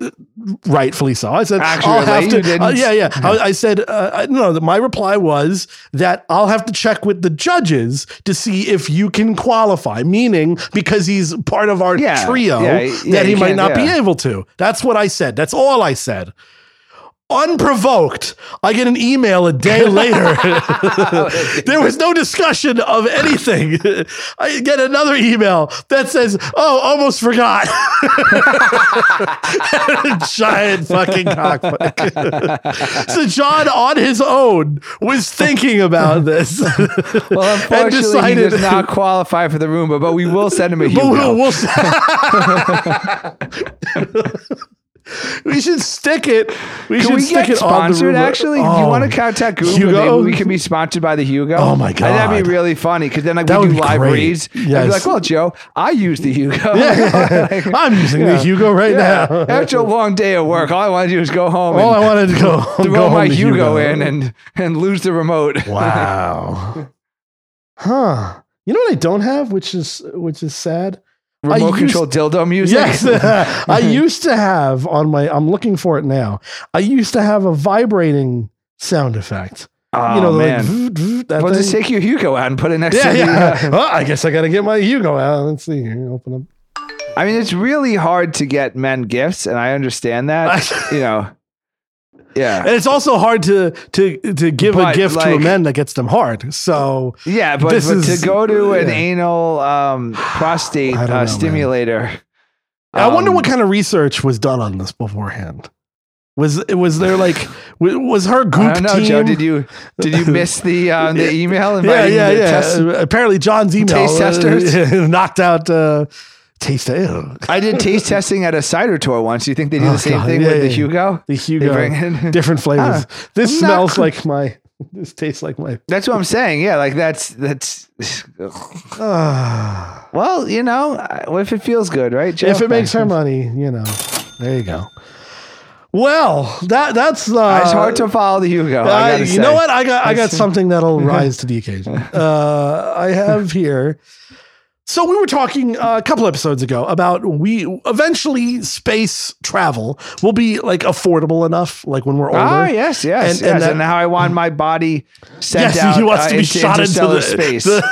rightfully so. I said, "I'll
Accurately,
have
you
to."
didn't.
Uh, yeah, yeah. I, I said, uh, I- "No." that My reply was that I'll have to check with the judges to see if you can qualify. Meaning, because he's part of our
Yeah,
trio,
yeah, yeah,
that he
you
might
can't-
not be
yeah.
able to. That's what I said. That's all I said. Unprovoked, I get an email a day later. there was no discussion of anything. I get another email that says, "Oh, almost forgot." Giant fucking cockfuck. so John, on his own, was thinking about this.
Well, unfortunately,
decided-
he does not qualify for the Roomba, but we will send him a
But
Hugo.
we'll, we'll we should stick it. We
can
should
we
stick
get
it on the
sponsored?
Roomba.
Actually, you
Oh.
want to contact Google?
Hugo?
Maybe we can be sponsored by the Hugo.
Oh, my God.
that'd be really funny because then like
That
we
would
do
be
live
great.
reads. and be
Yes.
like, well, Joe, I use the Hugo.
Yeah. I'm using the Hugo right
Yeah.
now.
After a long day of work, all I want to do is go home
All I
and
wanted to go home,
throw
go home
my
to
Hugo, in and and lose the remote.
wow. Huh. You know what I don't have, which is which is sad. I
Remote
used-
control dildo music.
Yes, I used to have on my. I'm looking for it now. I used to have a vibrating sound effect.
oh,
you know, the,
man.
like vroom, vroom, that
well,
thing.
just take your Hugo out and put it next
yeah,
to the. uh,
yeah. Well, I guess I got to get my Hugo out. Let's see here. Open up.
I mean, it's really hard to get men gifts, and I understand that. you know, yeah,
And it's also hard to to to give
But,
a gift to a
like-
man that gets them hard. So
yeah, but,
This
but
is-
to go to an
yeah.
anal um, prostate
I don't
uh,
know, man.
stimulator.
I wonder
um,
what kind of research was done on this beforehand. Was was there like was, was her
I
goop
don't know,
team?
Joe. Did you did you miss the um, the email
yeah,
inviting
yeah,
the
yeah.
test?
Uh, Apparently, John's email uh,
Taste testers?
knocked out uh, taste. Ew.
I did taste testing at a cider tour once. You think they do
Oh,
the same
God.
thing
Yeah,
with the
yeah.
Hugo?
The
bring
Hugo,
in-
different flavors. this
I'm not
smells
cr-
like my. This tastes like my.
That's what I'm saying. Yeah, like that's that's. well, you know, I- if it feels good, right? Joe?
Ah. if it makes her money, you know. There you go. Well, that that's uh,
it's hard to follow the Hugo. I
I,
gotta
you
say.
know what? I got I got
That's-
something that'll rise to the occasion. Uh, I have here. So we were talking uh, a couple episodes ago about we eventually space travel will be like affordable enough, like when we're older.
Ah, yes, yes,
And- and
yes. And,
that-
how I want my body sent
Yes,
out.
he wants
uh,
to be shot into
interstellar
the
space.
the-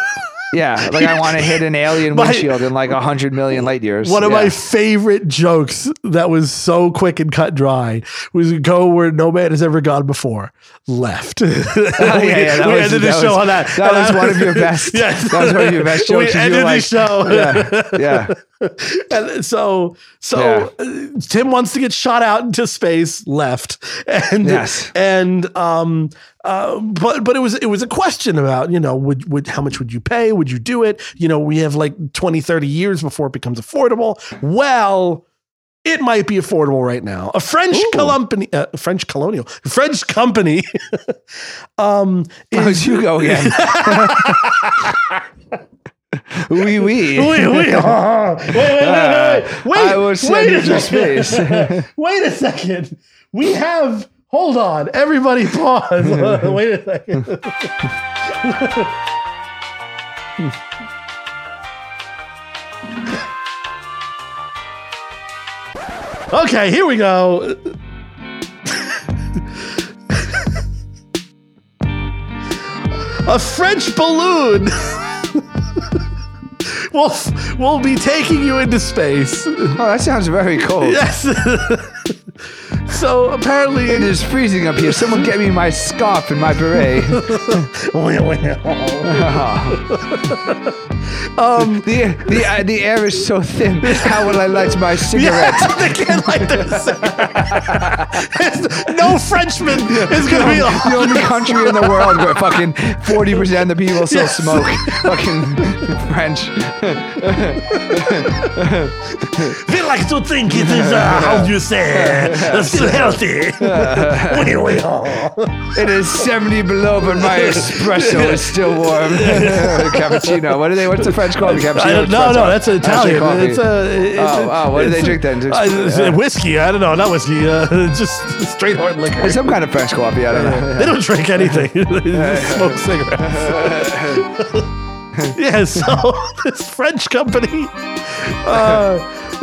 yeah, like I want to hit an alien
My-
windshield in like hundred million light years.
One of
yeah.
my favorite jokes that was so quick and cut dry was go where no man has ever gone before. Left. we
yeah, that
we
was-
ended the
that
show
was-
on that.
that
And
was
I-
one of your best-
Yes.
that was one of your best
We
jokes, and
ended
you're
the
like-
show.
yeah, yeah.
And so, so
Yeah.
uh, Tim wants to get shot out into space, left, and
Yes.
and um, uh, but but it was it was a question about you know would would how much would you pay? Would you do it? You know, we have like 20, 30 years before it becomes affordable. Well. It might be affordable right now. A French company, uh, French colonial, French company, um,
Oh,
is,
Hugo again. Wee wee.
wait, wait, uh, wait, wait, wait, wait, wait,
I will send
wait
you
a
to
second.
space.
wait a second. We have. Hold on, everybody, pause. wait a second. okay, here we go. A French balloon will will be taking you into space.
Oh, that sounds very cold.
Yes. so apparently,
It is freezing up here. Someone get me my scarf and my beret.
Um,
The the uh, the air is so thin. How will I light my cigarette?
they can't light their cigarettes. no Frenchman is going to be like,
the only country in the world where fucking forty percent of the people still
Yes.
smoke fucking French.
we like to think it is, uh, how do you say, healthy. Wee, wee, oh.
It is 70 below, but my espresso is still warm. cappuccino. What do they? What's the French called? Cappuccino.
I don't, no,
Espresso.
no, that's an Italian.
coffee.
It's a, it's
Oh,
a-
oh, what do
it's
they
a-
drink then? Just-
uh, it's a whiskey. I don't know. Not whiskey. Uh, just straight hard liquor.
It's some kind of French coffee. I don't know.
They don't drink anything. they just smoke cigarettes. yeah, so this French company. Uh,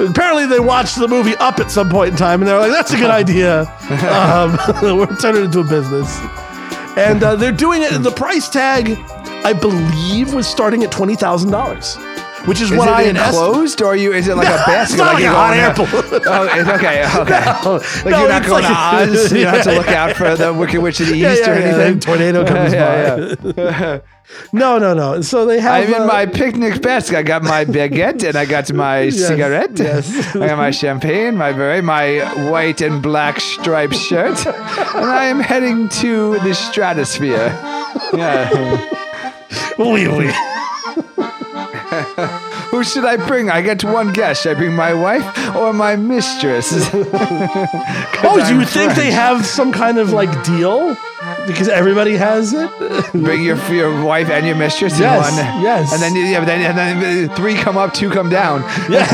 apparently, they watched the movie Up at some point in time, and they were like, "That's a good idea. Um, we're turning it into a business." And uh, they're doing it. The price tag, I believe, was starting at twenty thousand dollars, which is,
Is
what I
it
had estimated.
enclosed or you? Is it like a basket?
It's not like
you
a
go
hot
in
air
there?
balloon.
Oh, it's okay. Okay. like
no,
you're not
it's
going
like-
to Oz. You don't have to look out for the Wicked Witch of the East
Yeah, yeah,
or
yeah,
anything.
tornado comes
Yeah,
by. no, no, no. So they have.
I'm
uh,
in my picnic basket. I got my baguette and I got my cigarette.
yes.
I got my champagne, my beret, my white and black striped shirt, and I am heading to the stratosphere. Yeah.
Wee, wee.
Who should I bring? I get one guess. Should I bring my wife or my mistress?
Oh, do
I'm
you think they have some kind of like deal? Because everybody has it.
Bring your your wife and your mistress
Yes,
in one.
yes.
And then you- yeah, but then and then uh, three come up, two come down. it's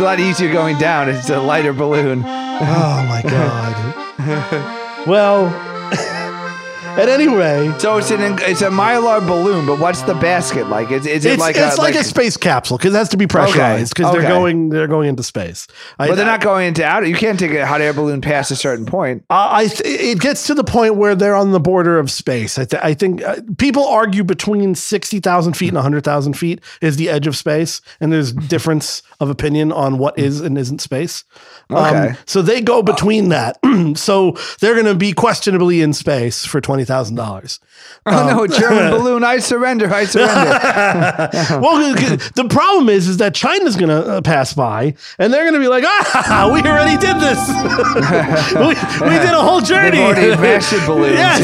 a lot easier going down. It's a lighter balloon.
Oh my god. well, at any rate,
So it's an it's a mylar balloon, but what's the basket like? Is, is it
it's
like
it's
a,
like, a space capsule because it has to be pressurized because
okay.
they're going they're going into space. I-
but they're not going into outer. You can't take a hot air balloon past a certain point.
I I th- it gets to the point where they're on the border of space. I, th- I think uh, people argue between sixty thousand feet and hundred thousand feet is the edge of space, and there's difference of opinion on what is and isn't space. Um,
Okay.
so they go between that. so they're going to be questionably in space for twenty thousand dollars.
Oh no, German balloon! I surrender! I surrender!
Well, c- c- the problem is, is that China's going to uh, pass by, and they're going to be like, "Ah, we already did this. we, we did a whole journey.
They've already mastered balloons.
Yes.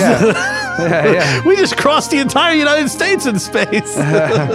Yeah. yeah, yeah.
We just crossed the entire United States in space. yeah,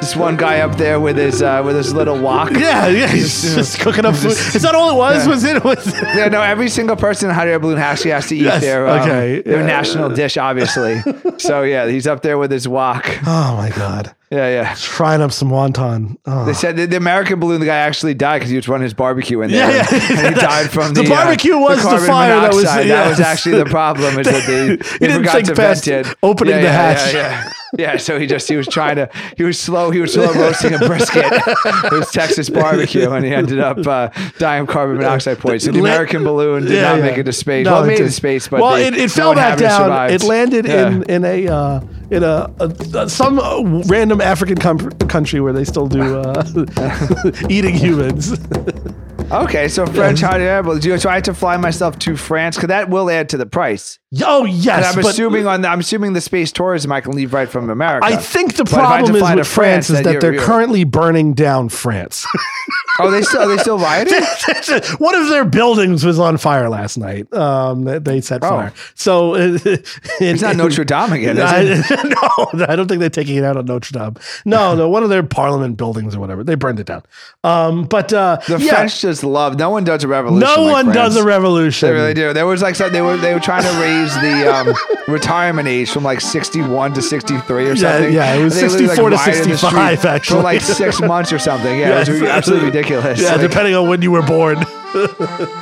This one guy up there with his uh, with his little wok.
yeah, he's just, cooking up food. Is that all it was? Was it? Was
Yeah, no, every single person in Hot Air Balloon actually has to eat
Yes,
their, um,
okay.
their
Yeah.
national dish, obviously. so, yeah, he's up there with his wok.
oh my god,
Yeah, yeah.
frying up some wonton. Oh.
They said that the American balloon, the guy actually died because he was running his barbecue in there.
Yeah,
and-
yeah.
And he died from
The
the,
barbecue was the
carbon
fire that was-
monoxide. That was
yes.
actually the problem. Is that they, they
didn't
forgot
think
to
past
vent it.
opening
Yeah,
the
yeah,
hatch.
Yeah, yeah. Yeah, so he just he was trying to he was slow he was slow roasting a brisket. it was Texas barbecue, and he ended up uh, dying of carbon monoxide poisoning. The
Let-
American balloon did
Yeah,
not
yeah.
make it to space.
No,
well, it made it to
didn't.
space, but
well,
they-
it,
no
it fell
one
back
having
down.
survived.
It landed
Yeah.
in in a uh, in a, a, a- some uh, random African com- country where they still do uh, eating humans.
Okay, so French hot air balloon. Do you- So I had to fly myself to France because that will add to the price.
oh yes,
I'm
but
assuming on I'm assuming the space tourism I can leave right from America.
I think the
But if I had to
problem is
fly
with
to
France, is that
you're-
they're
you're-
currently burning down France.
Oh, they still are they still rioting?
One of their buildings was on fire last night. Um, that they set fire. So uh,
Oh. It's not Notre Dame again. Is
I,
it?
no, I don't think they're taking it out on Notre Dame. No, no, one of their parliament buildings or whatever. They burned it down. Um, but uh,
The
yeah,
French just love. No one does a revolution.
no
like
one does
France.
a revolution.
They really do. There was like some, they were they were trying to raise the um, retirement age from like sixty one to sixty three or something.
yeah, it was
And they
64
literally,
to
rioted in the
65
street
actually.
for like six months or something. Yeah,
Yeah,
it was
it's-
absolutely
Yeah,
ridiculous. Like, Oh,
depending on when you were born.
yeah,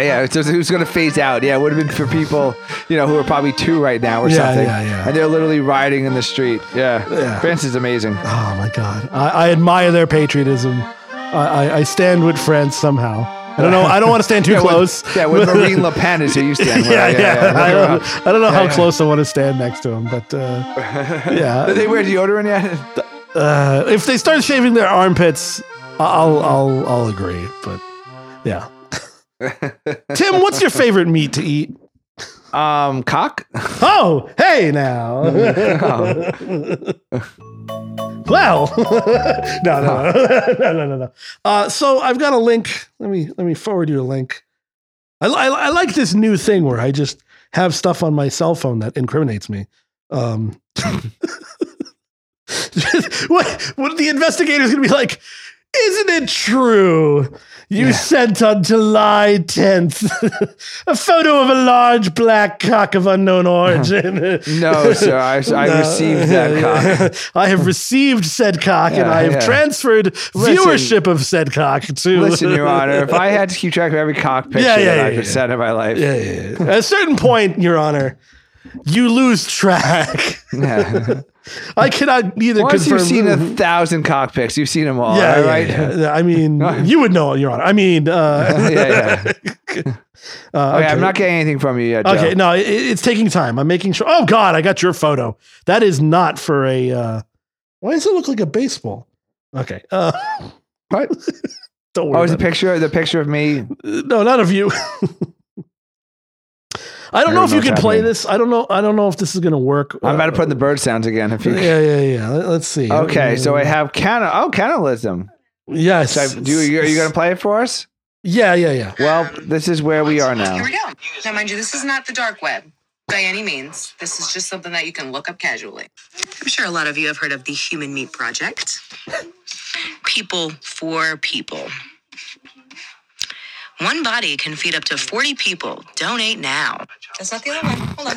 yeah. It's just, it was going to phase out. Yeah, it would have been for people you know who are probably two right now or
Yeah,
something.
yeah, yeah.
And they're literally rioting in the street. Yeah,
Yeah.
France is amazing.
Oh my God, I, I admire their patriotism. I, I, I stand with France somew. I don't know. I don't want to stand too
yeah,
close.
With, yeah, with Marine Le Pen is who you stand with.
yeah, yeah.
Look
I,
her up.
don't, I don't know how
yeah.
close I want to stand next to him, but uh,
Did
yeah.
they wear deodorant yet?
Uh, if they start shaving their armpits, I'll I'll I'll agree. But yeah, Tim, what's your favorite meat to eat?
Um, cock.
Oh, hey now. well, no, no, no, no, no, no, no. Uh, so I've got a link. Let me let me forward you a link. I, li- I, li- I like this new thing where I just have stuff on my cell phone that incriminates me. Um, what what the investigator's gonna be like? Isn't it true? You sent on July 10th a photo of a large black cock of unknown origin.
No, sir. I, I
No.
received that cock.
I have received said cock and
Yeah,
I have
yeah.
transferred viewership of said cock to.
Listen, Your Honor, if I had to keep track of every cock picture
Yeah, yeah,
that
yeah,
I've been
yeah.
sent in my life,
Yeah, yeah, yeah. At a certain point, Your Honor, you lose track.
Yeah.
I cannot neither
once
confirm.
you've seen a thousand cock pics, you've seen them all.
yeah,
all
yeah,
right?
yeah, yeah. I mean, you would know, Your Honor. I mean, uh,
yeah, yeah.
uh,
Okay, I'm not getting anything from you yet. Joe.
Okay, no, it, it's taking time. I'm making sure. Oh God, I got your photo. That is not for a. Uh, why does it look like a baseball? Okay, uh,
What?
don't worry.
Oh, is the
about
picture the picture of me?
it. No, not of you. I don't
I
know
don't
if
know
you
what's
can play
happening.
this. I don't know. I don't know if this is gonna work. Uh,
I'm about to put in the bird sounds again. If you
Yeah, yeah, yeah. Let- Let's see.
okay, so I have canna. Oh, cannibalism.
Yes.
So I, do you, are you going to play it for us?
Yeah, yeah, yeah.
Well, this is where we are now.
Here we go. Now, mind you, this is not the dark web by any means. This is just something that you can look up casually. I'm sure a lot of you have heard of the Human Meat Project. People for people. One body can feed up to 40 people. Donate now. That's not the other one. Hold on.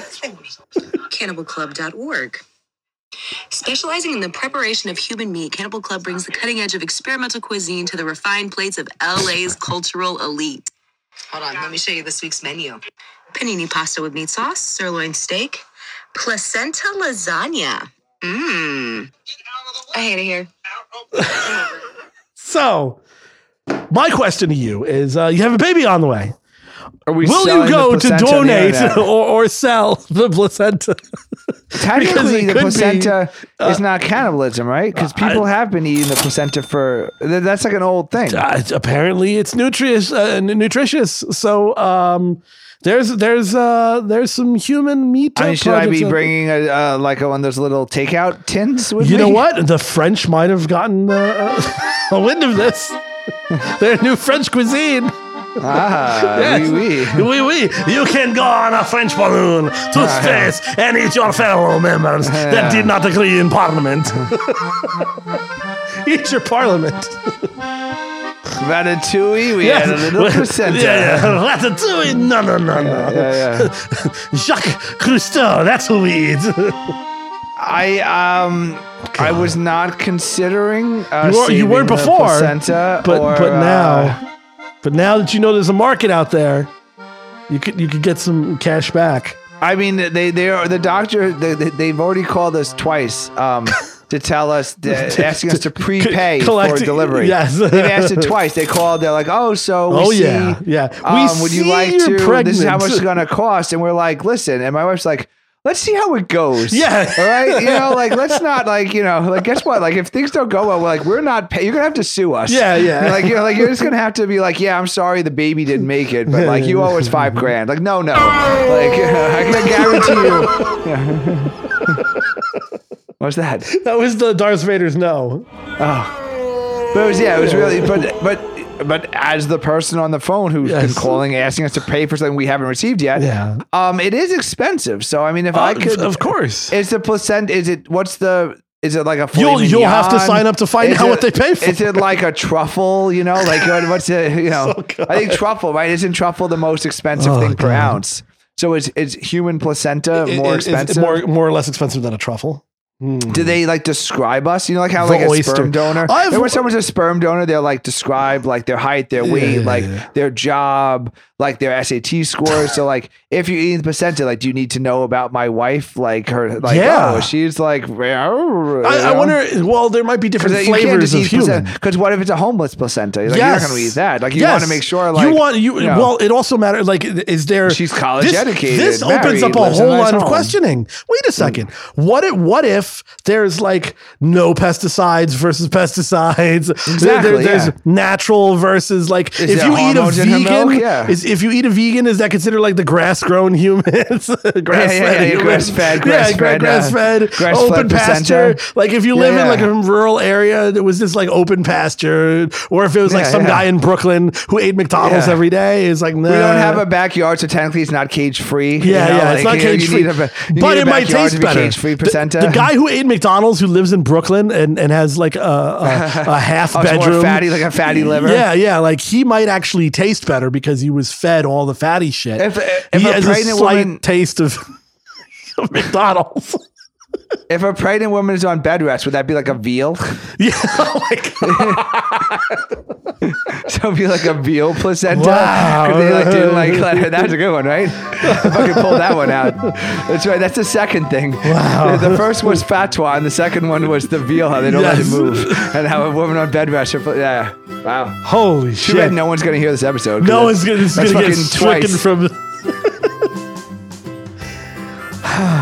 CannibalClub.org. Specializing in the preparation of human meat, Cannibal Club brings the cutting edge of experimental cuisine to the refined plates of LA's cultural elite. Hold on, let me show you this week's menu. Panini pasta with meat sauce, sirloin steak, placenta lasagna. Mmm. I hate it here.
So, my question to you is: uh, You have a baby on the way.
Are we
Will you
selling the
go to
placenta on the
donate
internet?
or, or sell the placenta? Because it
Technically, the
could uh,
placenta is not cannibalism, right? Because people have been eating the placenta for th- that's like an old thing.
Uh, it's- apparently, it's nutritious. Uh, n- nutritious. So um, there's there's uh, there's some human meat.
I
uh,
mean, should I
projects
be
out-
bringing a, uh, like a, one of those little takeout tins with
You
me?
know what? The French might have gotten uh, a wind of this. Their new French cuisine.
Ah,
Yes.
oui, Ah, oui.
Oui, oui. You can go on a French balloon to space and eat your fellow members that did not agree in parliament. eat your parliament.
Ratatouille, we had a little
Yes.
placenta.
Yeah, yeah. Ratatouille. No, no, no, no.
yeah, yeah.
Jacques Cousteau. That's who we eat.
I um I was not considering uh,
You were- you
saving
weren't
the
before,
placenta
but
or,
but
uh,
now, but now that you know there's a market out there, you could you could get some cash back.
I mean they they are the doctor they, they, they've already called us twice um to tell us that- asking us to prepay
collect-
for delivery
yes.
they've asked it twice they called they're like oh so we
Oh,
see,
yeah, yeah. We
um, would you
see
like
you're
to this is how
pregnant."
much it's gonna cost and we're like listen and my wife's like. Let's see how it goes.
Yeah.
All right. You know, like, let's not, like, you know, like, guess what? Like, if things don't go well, we're like, we're not, pay- you're going to have to sue us.
Yeah, yeah.
Like, you're like, you're just gonna have to be like, yeah, I'm sorry, the baby didn't make it, but like, you owe us five grand. Like, no, no, like, I can guarantee you. What's that?
That was the Darth Vader's no.
But it was, yeah, it was really, but but but as the person on the phone who's
Yes.
been calling asking us to pay for something we haven't received yet,
Yeah.
um, it is expensive. So I mean, if I
Uh,
could,
of course.
Is the placenta? Is it what's the? Is it like a?
You'll-
filet
you'll have to
mignon?
sign up to find
Is
out
it-
what they pay for.
Is it like a truffle? You know, like what- what's it? You know,
Oh, God.
I think truffle. Right? Isn't truffle the most expensive
Oh,
thing per
God.
ounce? So is is human placenta
It-
more
it- it's
expensive?
more more or less expensive than a truffle.
Do they like describe us? You know, like how
The
like a
oyster.
sperm donor.
I've-
Remember when someone's a sperm donor, they'll like describe like their height, their weight,
yeah,
like
yeah.
their job, like their SAT score. so like, if you're eating the placenta, like, do you need to know about my wife? Like her, like
Yeah.
oh, she's like.
I, I wonder. Well, there might be different flavors of human.
Because what if it's a homeless placenta? Like, You're not going to eat that. Like you
Yes.
want to make sure. Like
you want you.
know.
Well, it also matters. Like, is there?
She's college
this,
educated,
This opens
married,
up a
lives in a
whole
nice
line of
home.
questioning. Wait a
Mm.
second. What if? What if there's like no pesticides versus pesticides? There-
Exactly,
there's
yeah.
natural versus like
Is
if
there
you eat a
hormones in her
vegan.
milk? Yeah.
Is if you eat a vegan, is that considered like the grass grown humans? grass
yeah, yeah,
humans.
grass-fed,
Yeah,
grass-fed, uh,
grass fed.
grass-fed
Open pasture.
placenta.
Like if you live in
yeah.
like a rural area that was this like open pasture, or if it was like
Yeah,
some
yeah.
guy in Brooklyn who ate McDonald's
Yeah.
every day, is like no.
We don't have a backyard, so technically it's not cage free.
yeah, yeah, it's not cage free, but it might taste better.
Cage free
The-
placenta.
The, guy guy who ate McDonald's who lives in Brooklyn and, and has like a, a, a half
Oh, it's more
bedroom.
fatty, like a fatty liver?
Yeah, yeah. Like he might actually taste better because he was fed all the fatty shit.
If- if
he
a
has a
pregnant
slight
woman-
taste of, of McDonald's.
If a pregnant woman is on bed rest, would that be like a veal?
yeah. Oh my God.
so it'd be like a veal placenta.
Wow.
'Cause They like didn't like let her. That's a good one, right? I fucking pulled that one out. That's right. That's the second thing. Wow. The, the first was fatwa, and the second one was the veal. How they don't
Yes.
let it move, and how a woman on bed rest. Her, yeah. Wow.
Holy
Too bad
shit.
no one's gonna hear this episode. 'cause
No
that-
one's gonna, it's
that's
gonna get
fucking
stricken from.
twice.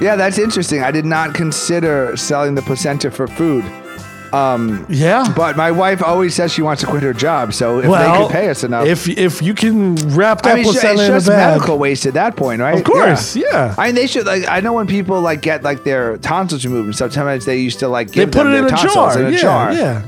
Yeah, that's interesting. I did not consider selling the placenta for food.
Yeah.
But my wife always says she wants to quit her job, so if they
well,
could pay us enough.
if if you can wrap that
I mean, it's ju-
placenta
it's
in a
just
bag.
medical waste at that point, right?
Of course, yeah.
I mean, they should like. I know when people like get like their tonsils removed, and stuff, sometimes they used to like
They
give
put
them
it
their
in a
tonsils
jar.
in a
yeah,
jar.
yeah.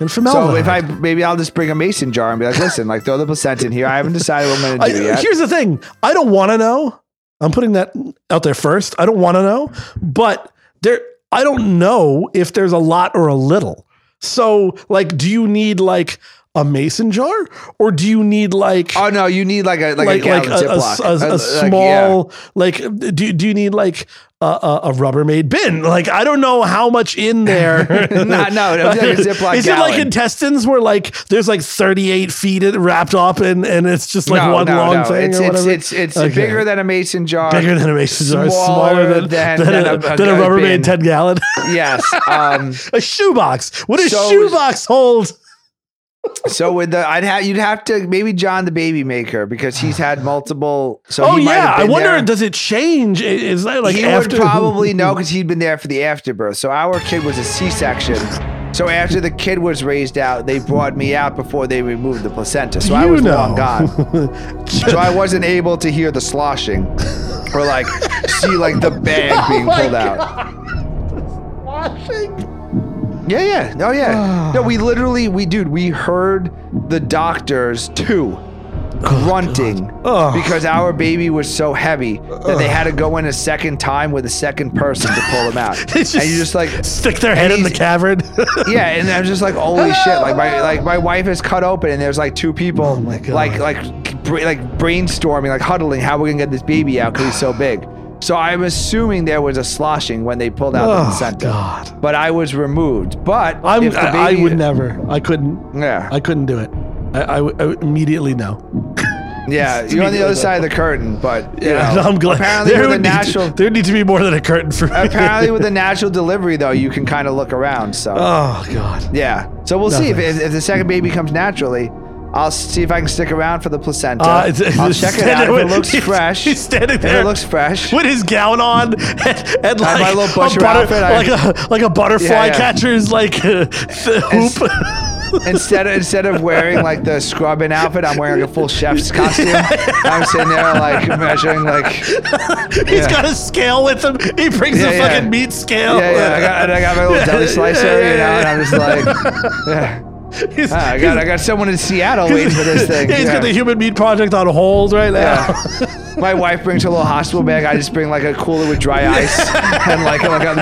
And
So
formaldehyde.
if I maybe I'll just bring a mason jar and be like, listen, like throw the placenta in here. I haven't decided what I'm
I-
going to do yet.
here's the thing. I don't want to know. I'm putting that out there first. I don't want to know, but there. I don't know if there's a lot or a little. So, like, do you need like a mason jar, or do you need like
Oh no, you need like a like, a
like like
gallon
a, a- a- a
Ziploc. Uh, like, yeah.
small like do do you need like a, a, a Rubbermaid bin? Like I don't know how much in there.
No, no, no, it's like a Ziploc
Is it like
gallon.
intestines where like there's like 38 feet it- wrapped up and and it's just like one long thing
It's
or
it's
whatever?
it's, it's
Okay.
bigger than a mason jar.
bigger than a mason jar, smaller than than, a, than a Rubbermaid
bin.
10 gallon.
Yes. Um,
a shoebox. What a
So is-
shoebox holds.
so with the, I'd have you'd have to maybe John the baby maker because he's had multiple. So
oh
he might
yeah,
have
I
been
wonder
there.
does it change? I- Is that like
he
after
would probably know because he'd been there for the afterbirth. So our kid was a C-section. So after the kid was raised out, they brought me out before they removed the placenta. So I
You
was
know.
long gone. so I wasn't able to hear the sloshing or like see like the bag being
Oh my
pulled out. Yeah, yeah. Oh yeah. no, we literally we dude, we heard the doctors too grunting
Ugh.
because our baby was so heavy that they had to go in a second time with a second person to pull him out.
It's
and you're just like,
stick their head
and
in the
he's-
cavern.
yeah, and I'm just like, holy shit! Like my like my wife is cut open, and there's like two people,
Oh my God.
like like bra- like brainstorming, like huddling, how we're gonna get this baby out because he's so big. So I'm assuming there was a sloshing when they pulled out the
Oh,
placenta,
God.
but I was removed. But
I'm,
if the
I, I
baby-
would never. I couldn't.
Yeah.
I couldn't do it. I, I would- I would immediately know.
Yeah, you're on the other side of the curtain, but you
Yeah,
know,
I'm glad.
Apparently,
there
with a
would need to-
natural
there need to be more than a curtain for me.
apparently with the natural delivery though you can kind of look around so
oh God.
yeah so we'll see if,
Nothing.
if, if the second baby comes naturally i'll see if i can stick around for the placenta
Uh, it's-
i'll
it's
check it out
standing
if it
with-
looks
he's-
fresh
he's standing
if
there.
it looks fresh
With his gown on and, and like
my little butcher outfit, I-
like a like a butterfly
Yeah, yeah.
catcher's like uh, th-
It's-
hoop.
instead of instead of wearing like the scrubbing outfit i'm wearing like a full chef's costume i'm sitting there like measuring like
He's
yeah.
got a scale with him. He brings
Yeah,
a
yeah.
fucking meat scale.
yeah yeah i got, and I got my little deli slicer
yeah,
you know
yeah,
and i'm just like yeah
He's-
Ah, I got, I got someone in Seattle waiting for this thing.
Yeah, he's
Yeah.
got the human meat project on hold right now.
Yeah. My wife brings her little hospital bag. I just bring like a cooler with dry ice and like like a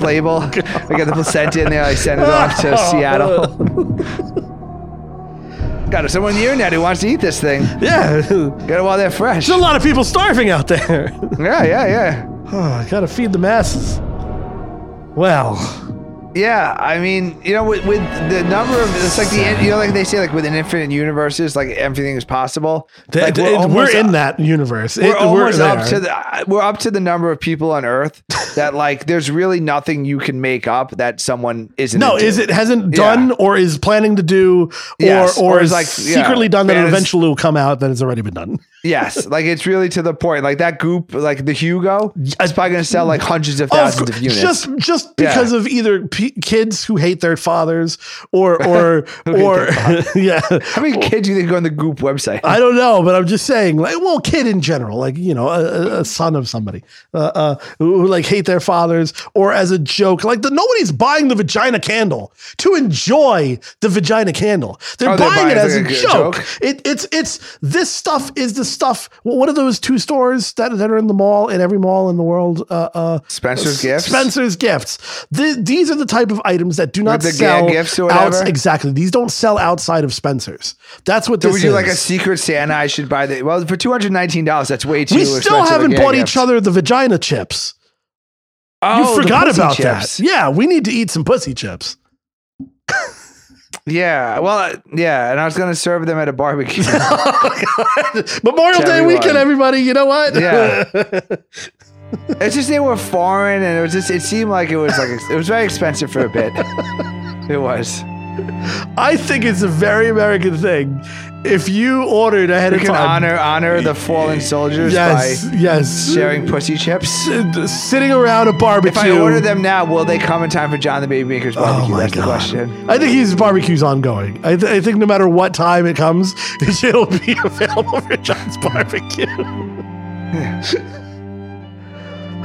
label. I get the placenta in there. I send it off to
Oh,
Seattle. Got it. someone near now who wants to eat this thing.
Yeah, there's
Get it while they're fresh.
a
Yeah,
lot of people starving out there.
yeah, yeah.
Oh, I gotta feed the masses. Well,
Yeah, I mean, you know, with, with the number of it's like the in- you know, like they say, like with an infinite universes, like everything is possible.
th-
Like,
th- it- we're,
almost-
in that universe. It-
we're almost up
there.
to the uh, we're up to the number of people on Earth that like there's really nothing you can make up that someone isn't.
no,
into.
is it hasn't
Yeah.
done or is planning to do or
Yes,
or,
or
is
is like-
secretly
yeah,
done that
fantasy-
eventually will come out that it's already been done.
Yes, like it's really to the point. Like that goop, like the Hugo, it's probably gonna sell like hundreds of
Of
thousands
cour-
of units.
Just just
Yeah.
because of either p- kids who hate their fathers or or or yeah.
How many kids do you think go on the Goop website?
I don't know, but I'm just saying, like, well, kid in general, like, you know, a- a, a son of somebody uh, uh, who, who, like, hate their fathers, or as a joke, like, the, nobody's buying the vagina candle to enjoy the vagina candle. They're,
Oh,
buying, it as a, joke. It, it's, it's, this stuff is the stuff. wh- What are those two stores that, that are in the mall, in every mall in the world? Uh, uh,
Spencer's Gifts?
Spencer's Gifts. Th- these are the type of items that do not
the
sell
gag gifts or
outs-
whatever?
exactly. These don't sell outside of Spencer's. That's what
So
this
would you
is.
like a Secret Santa? I should buy the well for two hundred nineteen dollars. That's way too.
we still
expensive
haven't
again,
bought
yeah.
each other the vagina chips.
Oh,
you
the
forgot
pussy
about
chips.
that. Yeah, we need to eat some pussy chips.
Yeah. Well, uh, yeah. And I was gonna serve them at a barbecue.
Memorial Day
Everyone.
weekend, everybody. You know what?
Yeah. it's just they were foreign, and it was just it seemed like it was like it was very expensive for a bit. it was.
I think it's a very American thing. If you ordered ahead
We
of
can
time,
honor honor the fallen soldiers
yes,
by
yes,
sharing pussy chips.
S- sitting around a
If
barbecue.
I order them now, will they come in time for John the Baby Maker's barbecue?
Oh my
That's the
God.
question.
I think his barbecue's ongoing. I, th- I think no matter what time it comes, it'll be available for John's barbecue.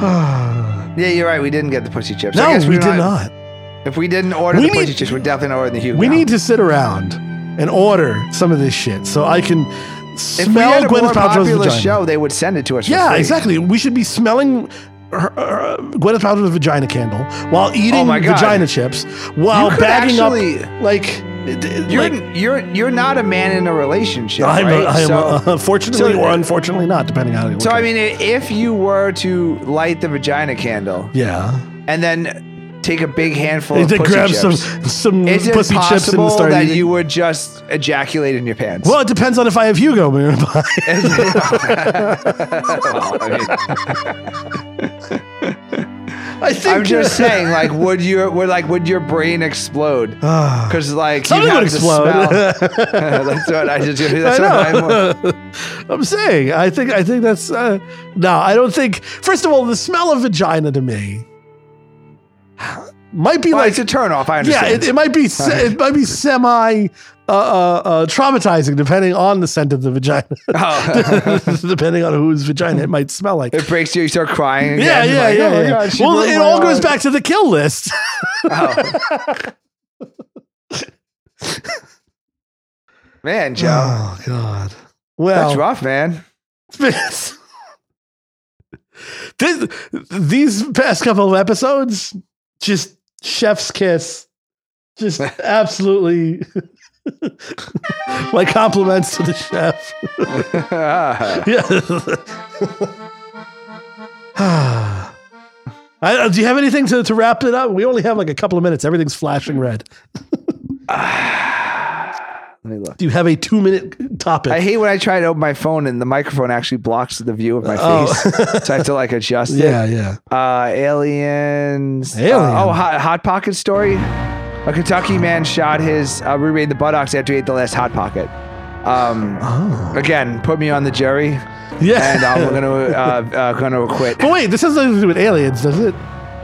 Yeah, you're right. We didn't get the pussy chips. I
no,
guess
we, did not.
If we didn't order
We
the pussy
need-
chips, we're definitely not ordering the Hugo.
We need to sit around and order some of this shit so I can
If we had
smell
a
Gwyneth
more
Paltrow's
popular
vagina.
show, they would send it to us. for
yeah,
free.
exactly. We should be smelling her, her- Gwyneth Paltrow's vagina candle while eating
Oh my God.
vagina chips while
You could
bagging
actually-
up like. d-
You're
like-
you're you're not a man in a relationship,
I'm,
right?
a, oh, I am
so,
a, fortunately
so-
or unfortunately not, depending on how you
so
look
I
at it.
mean, i- if you were to light the vagina candle
yeah,
and then take a big handful
They
of pussy
grab
chips,
some some
is it
pussy chips and
possible
start
that
eating.
you would just ejaculate in your pants?
well, it depends on if I have Hugo nearby.
Well, I mean,
I think
I'm just saying, like, would your would like would your brain explode?
Ah.
Because like
Something
you'd
would
have to
explode.
smell- that's what I just. That's
I
what I'm.
know. I'm saying. I think. I think that's. Uh, no, I don't think. First of all, the smell of vagina to me might be
Well,
like.
it's a turn off. I
yeah,
understand.
it, it might be. Se- it might be semi. Uh, uh, uh, traumatizing, depending on the scent of the vagina,
Oh.
depending on whose vagina it might smell like.
it breaks you. You start crying. Again.
Yeah,
You're
yeah,
like,
yeah.
oh my
yeah.
God, she
well,
broke
it
my
all goes
heart.
back to the kill list.
Oh. man, Joe,
Oh God. Well,
that's rough, man.
Spitz. this, these past couple of episodes, just chef's kiss. Just absolutely my compliments to the chef. Yeah. I, do you have anything to, to wrap it up? We only have like a couple of minutes. Everything's flashing red.
Let me look.
Do you have a two minute topic?
I hate when I try to open my phone and the microphone actually blocks the view of my
Oh.
face, so I have to like adjust
yeah,
it.
yeah.
Uh, aliens.
Alien.
Uh, oh, hot, hot pocket story. A Kentucky man shot his uh, roommate in the buttocks after he ate the last hot pocket. Um,
Oh.
Again, put me on the jury,
Yeah.
and I'm gonna uh, uh, gonna quit.
but wait, this has nothing to do with aliens, does it?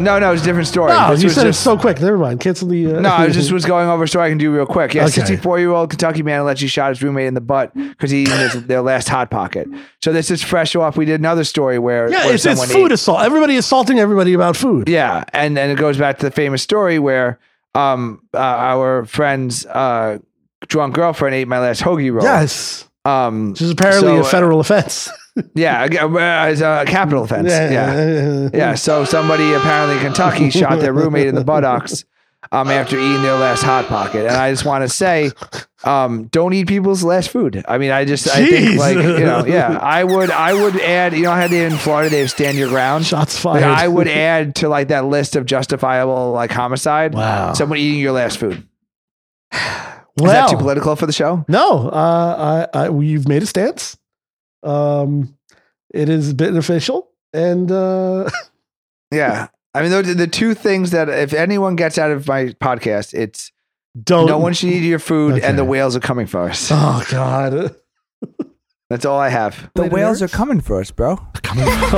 No, no, it's a different story.
Oh,
This
you
was
said
just-
it so quick. Never mind. Cancel the. Uh,
No, I just was going over a story I can do real quick. Yeah,
Okay.
64 year old Kentucky man allegedly shot his roommate in the butt because he eaten his, their last hot pocket. So this is fresh off. We did another story where
Yeah,
where
it's, it's
someone
food
ate-
assault. Everybody assaulting everybody about food.
yeah, and and it goes back to the famous story where um uh, our friend's uh drunk girlfriend ate my last hoagie roll.
Yes,
um,
which is apparently
So,
a
uh,
federal offense.
yeah, ag- uh, it's a capital offense. yeah. Yeah, so somebody apparently in Kentucky shot their roommate in the buttocks um, after eating their last hot pocket. And I just want to say, um, don't eat people's last food. I mean, I just I
Jeez.
think like you know, yeah, I would I would add you know how they in Florida they have stand your ground.
Shots
Like,
fired.
I would add to like that list of justifiable like homicide.
Wow.
someone eating your last food. Is
Well,
that too political for the show?
no, uh, I, I, you've made a stance. Um, it has been official, and uh,
Yeah. I mean, those are the two things that if anyone gets out of my podcast, it's
don't.
no one should eat your food,
Oh. Okay.
and the whales are coming for us.
Oh God.
That's all I have.
The whales are coming for us, bro.
Oh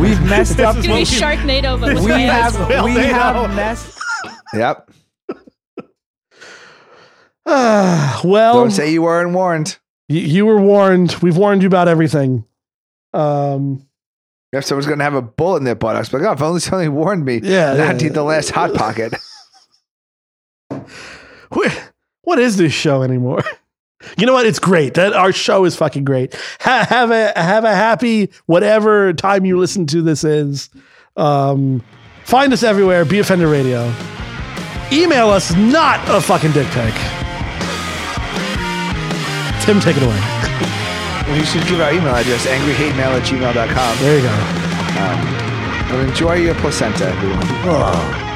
We've messed up.
Doing Sharknado, but with
We
whales.
have
Well,
we
they
have
know.
messed
Yep.
Ah, well,
Don't say you weren't warned.
you, you were warned. We've warned you about everything. Um,
If someone's going to have a bullet in their buttocks, like, oh, if only somebody warned me
Yeah,
not
yeah,
to eat the last Hot Pocket.
wh- what is this show anymore? You know what? It's great. That our show is fucking great. Ha- have a have a happy whatever time you listen to this is. Um, find us everywhere. Be Offender Radio. Email us not a fucking dick pic. Tim, take it away.
We should give our email address, angryhatemail at gmail.com.
There you go.
Well, enjoy your placenta, everyone.
Oh.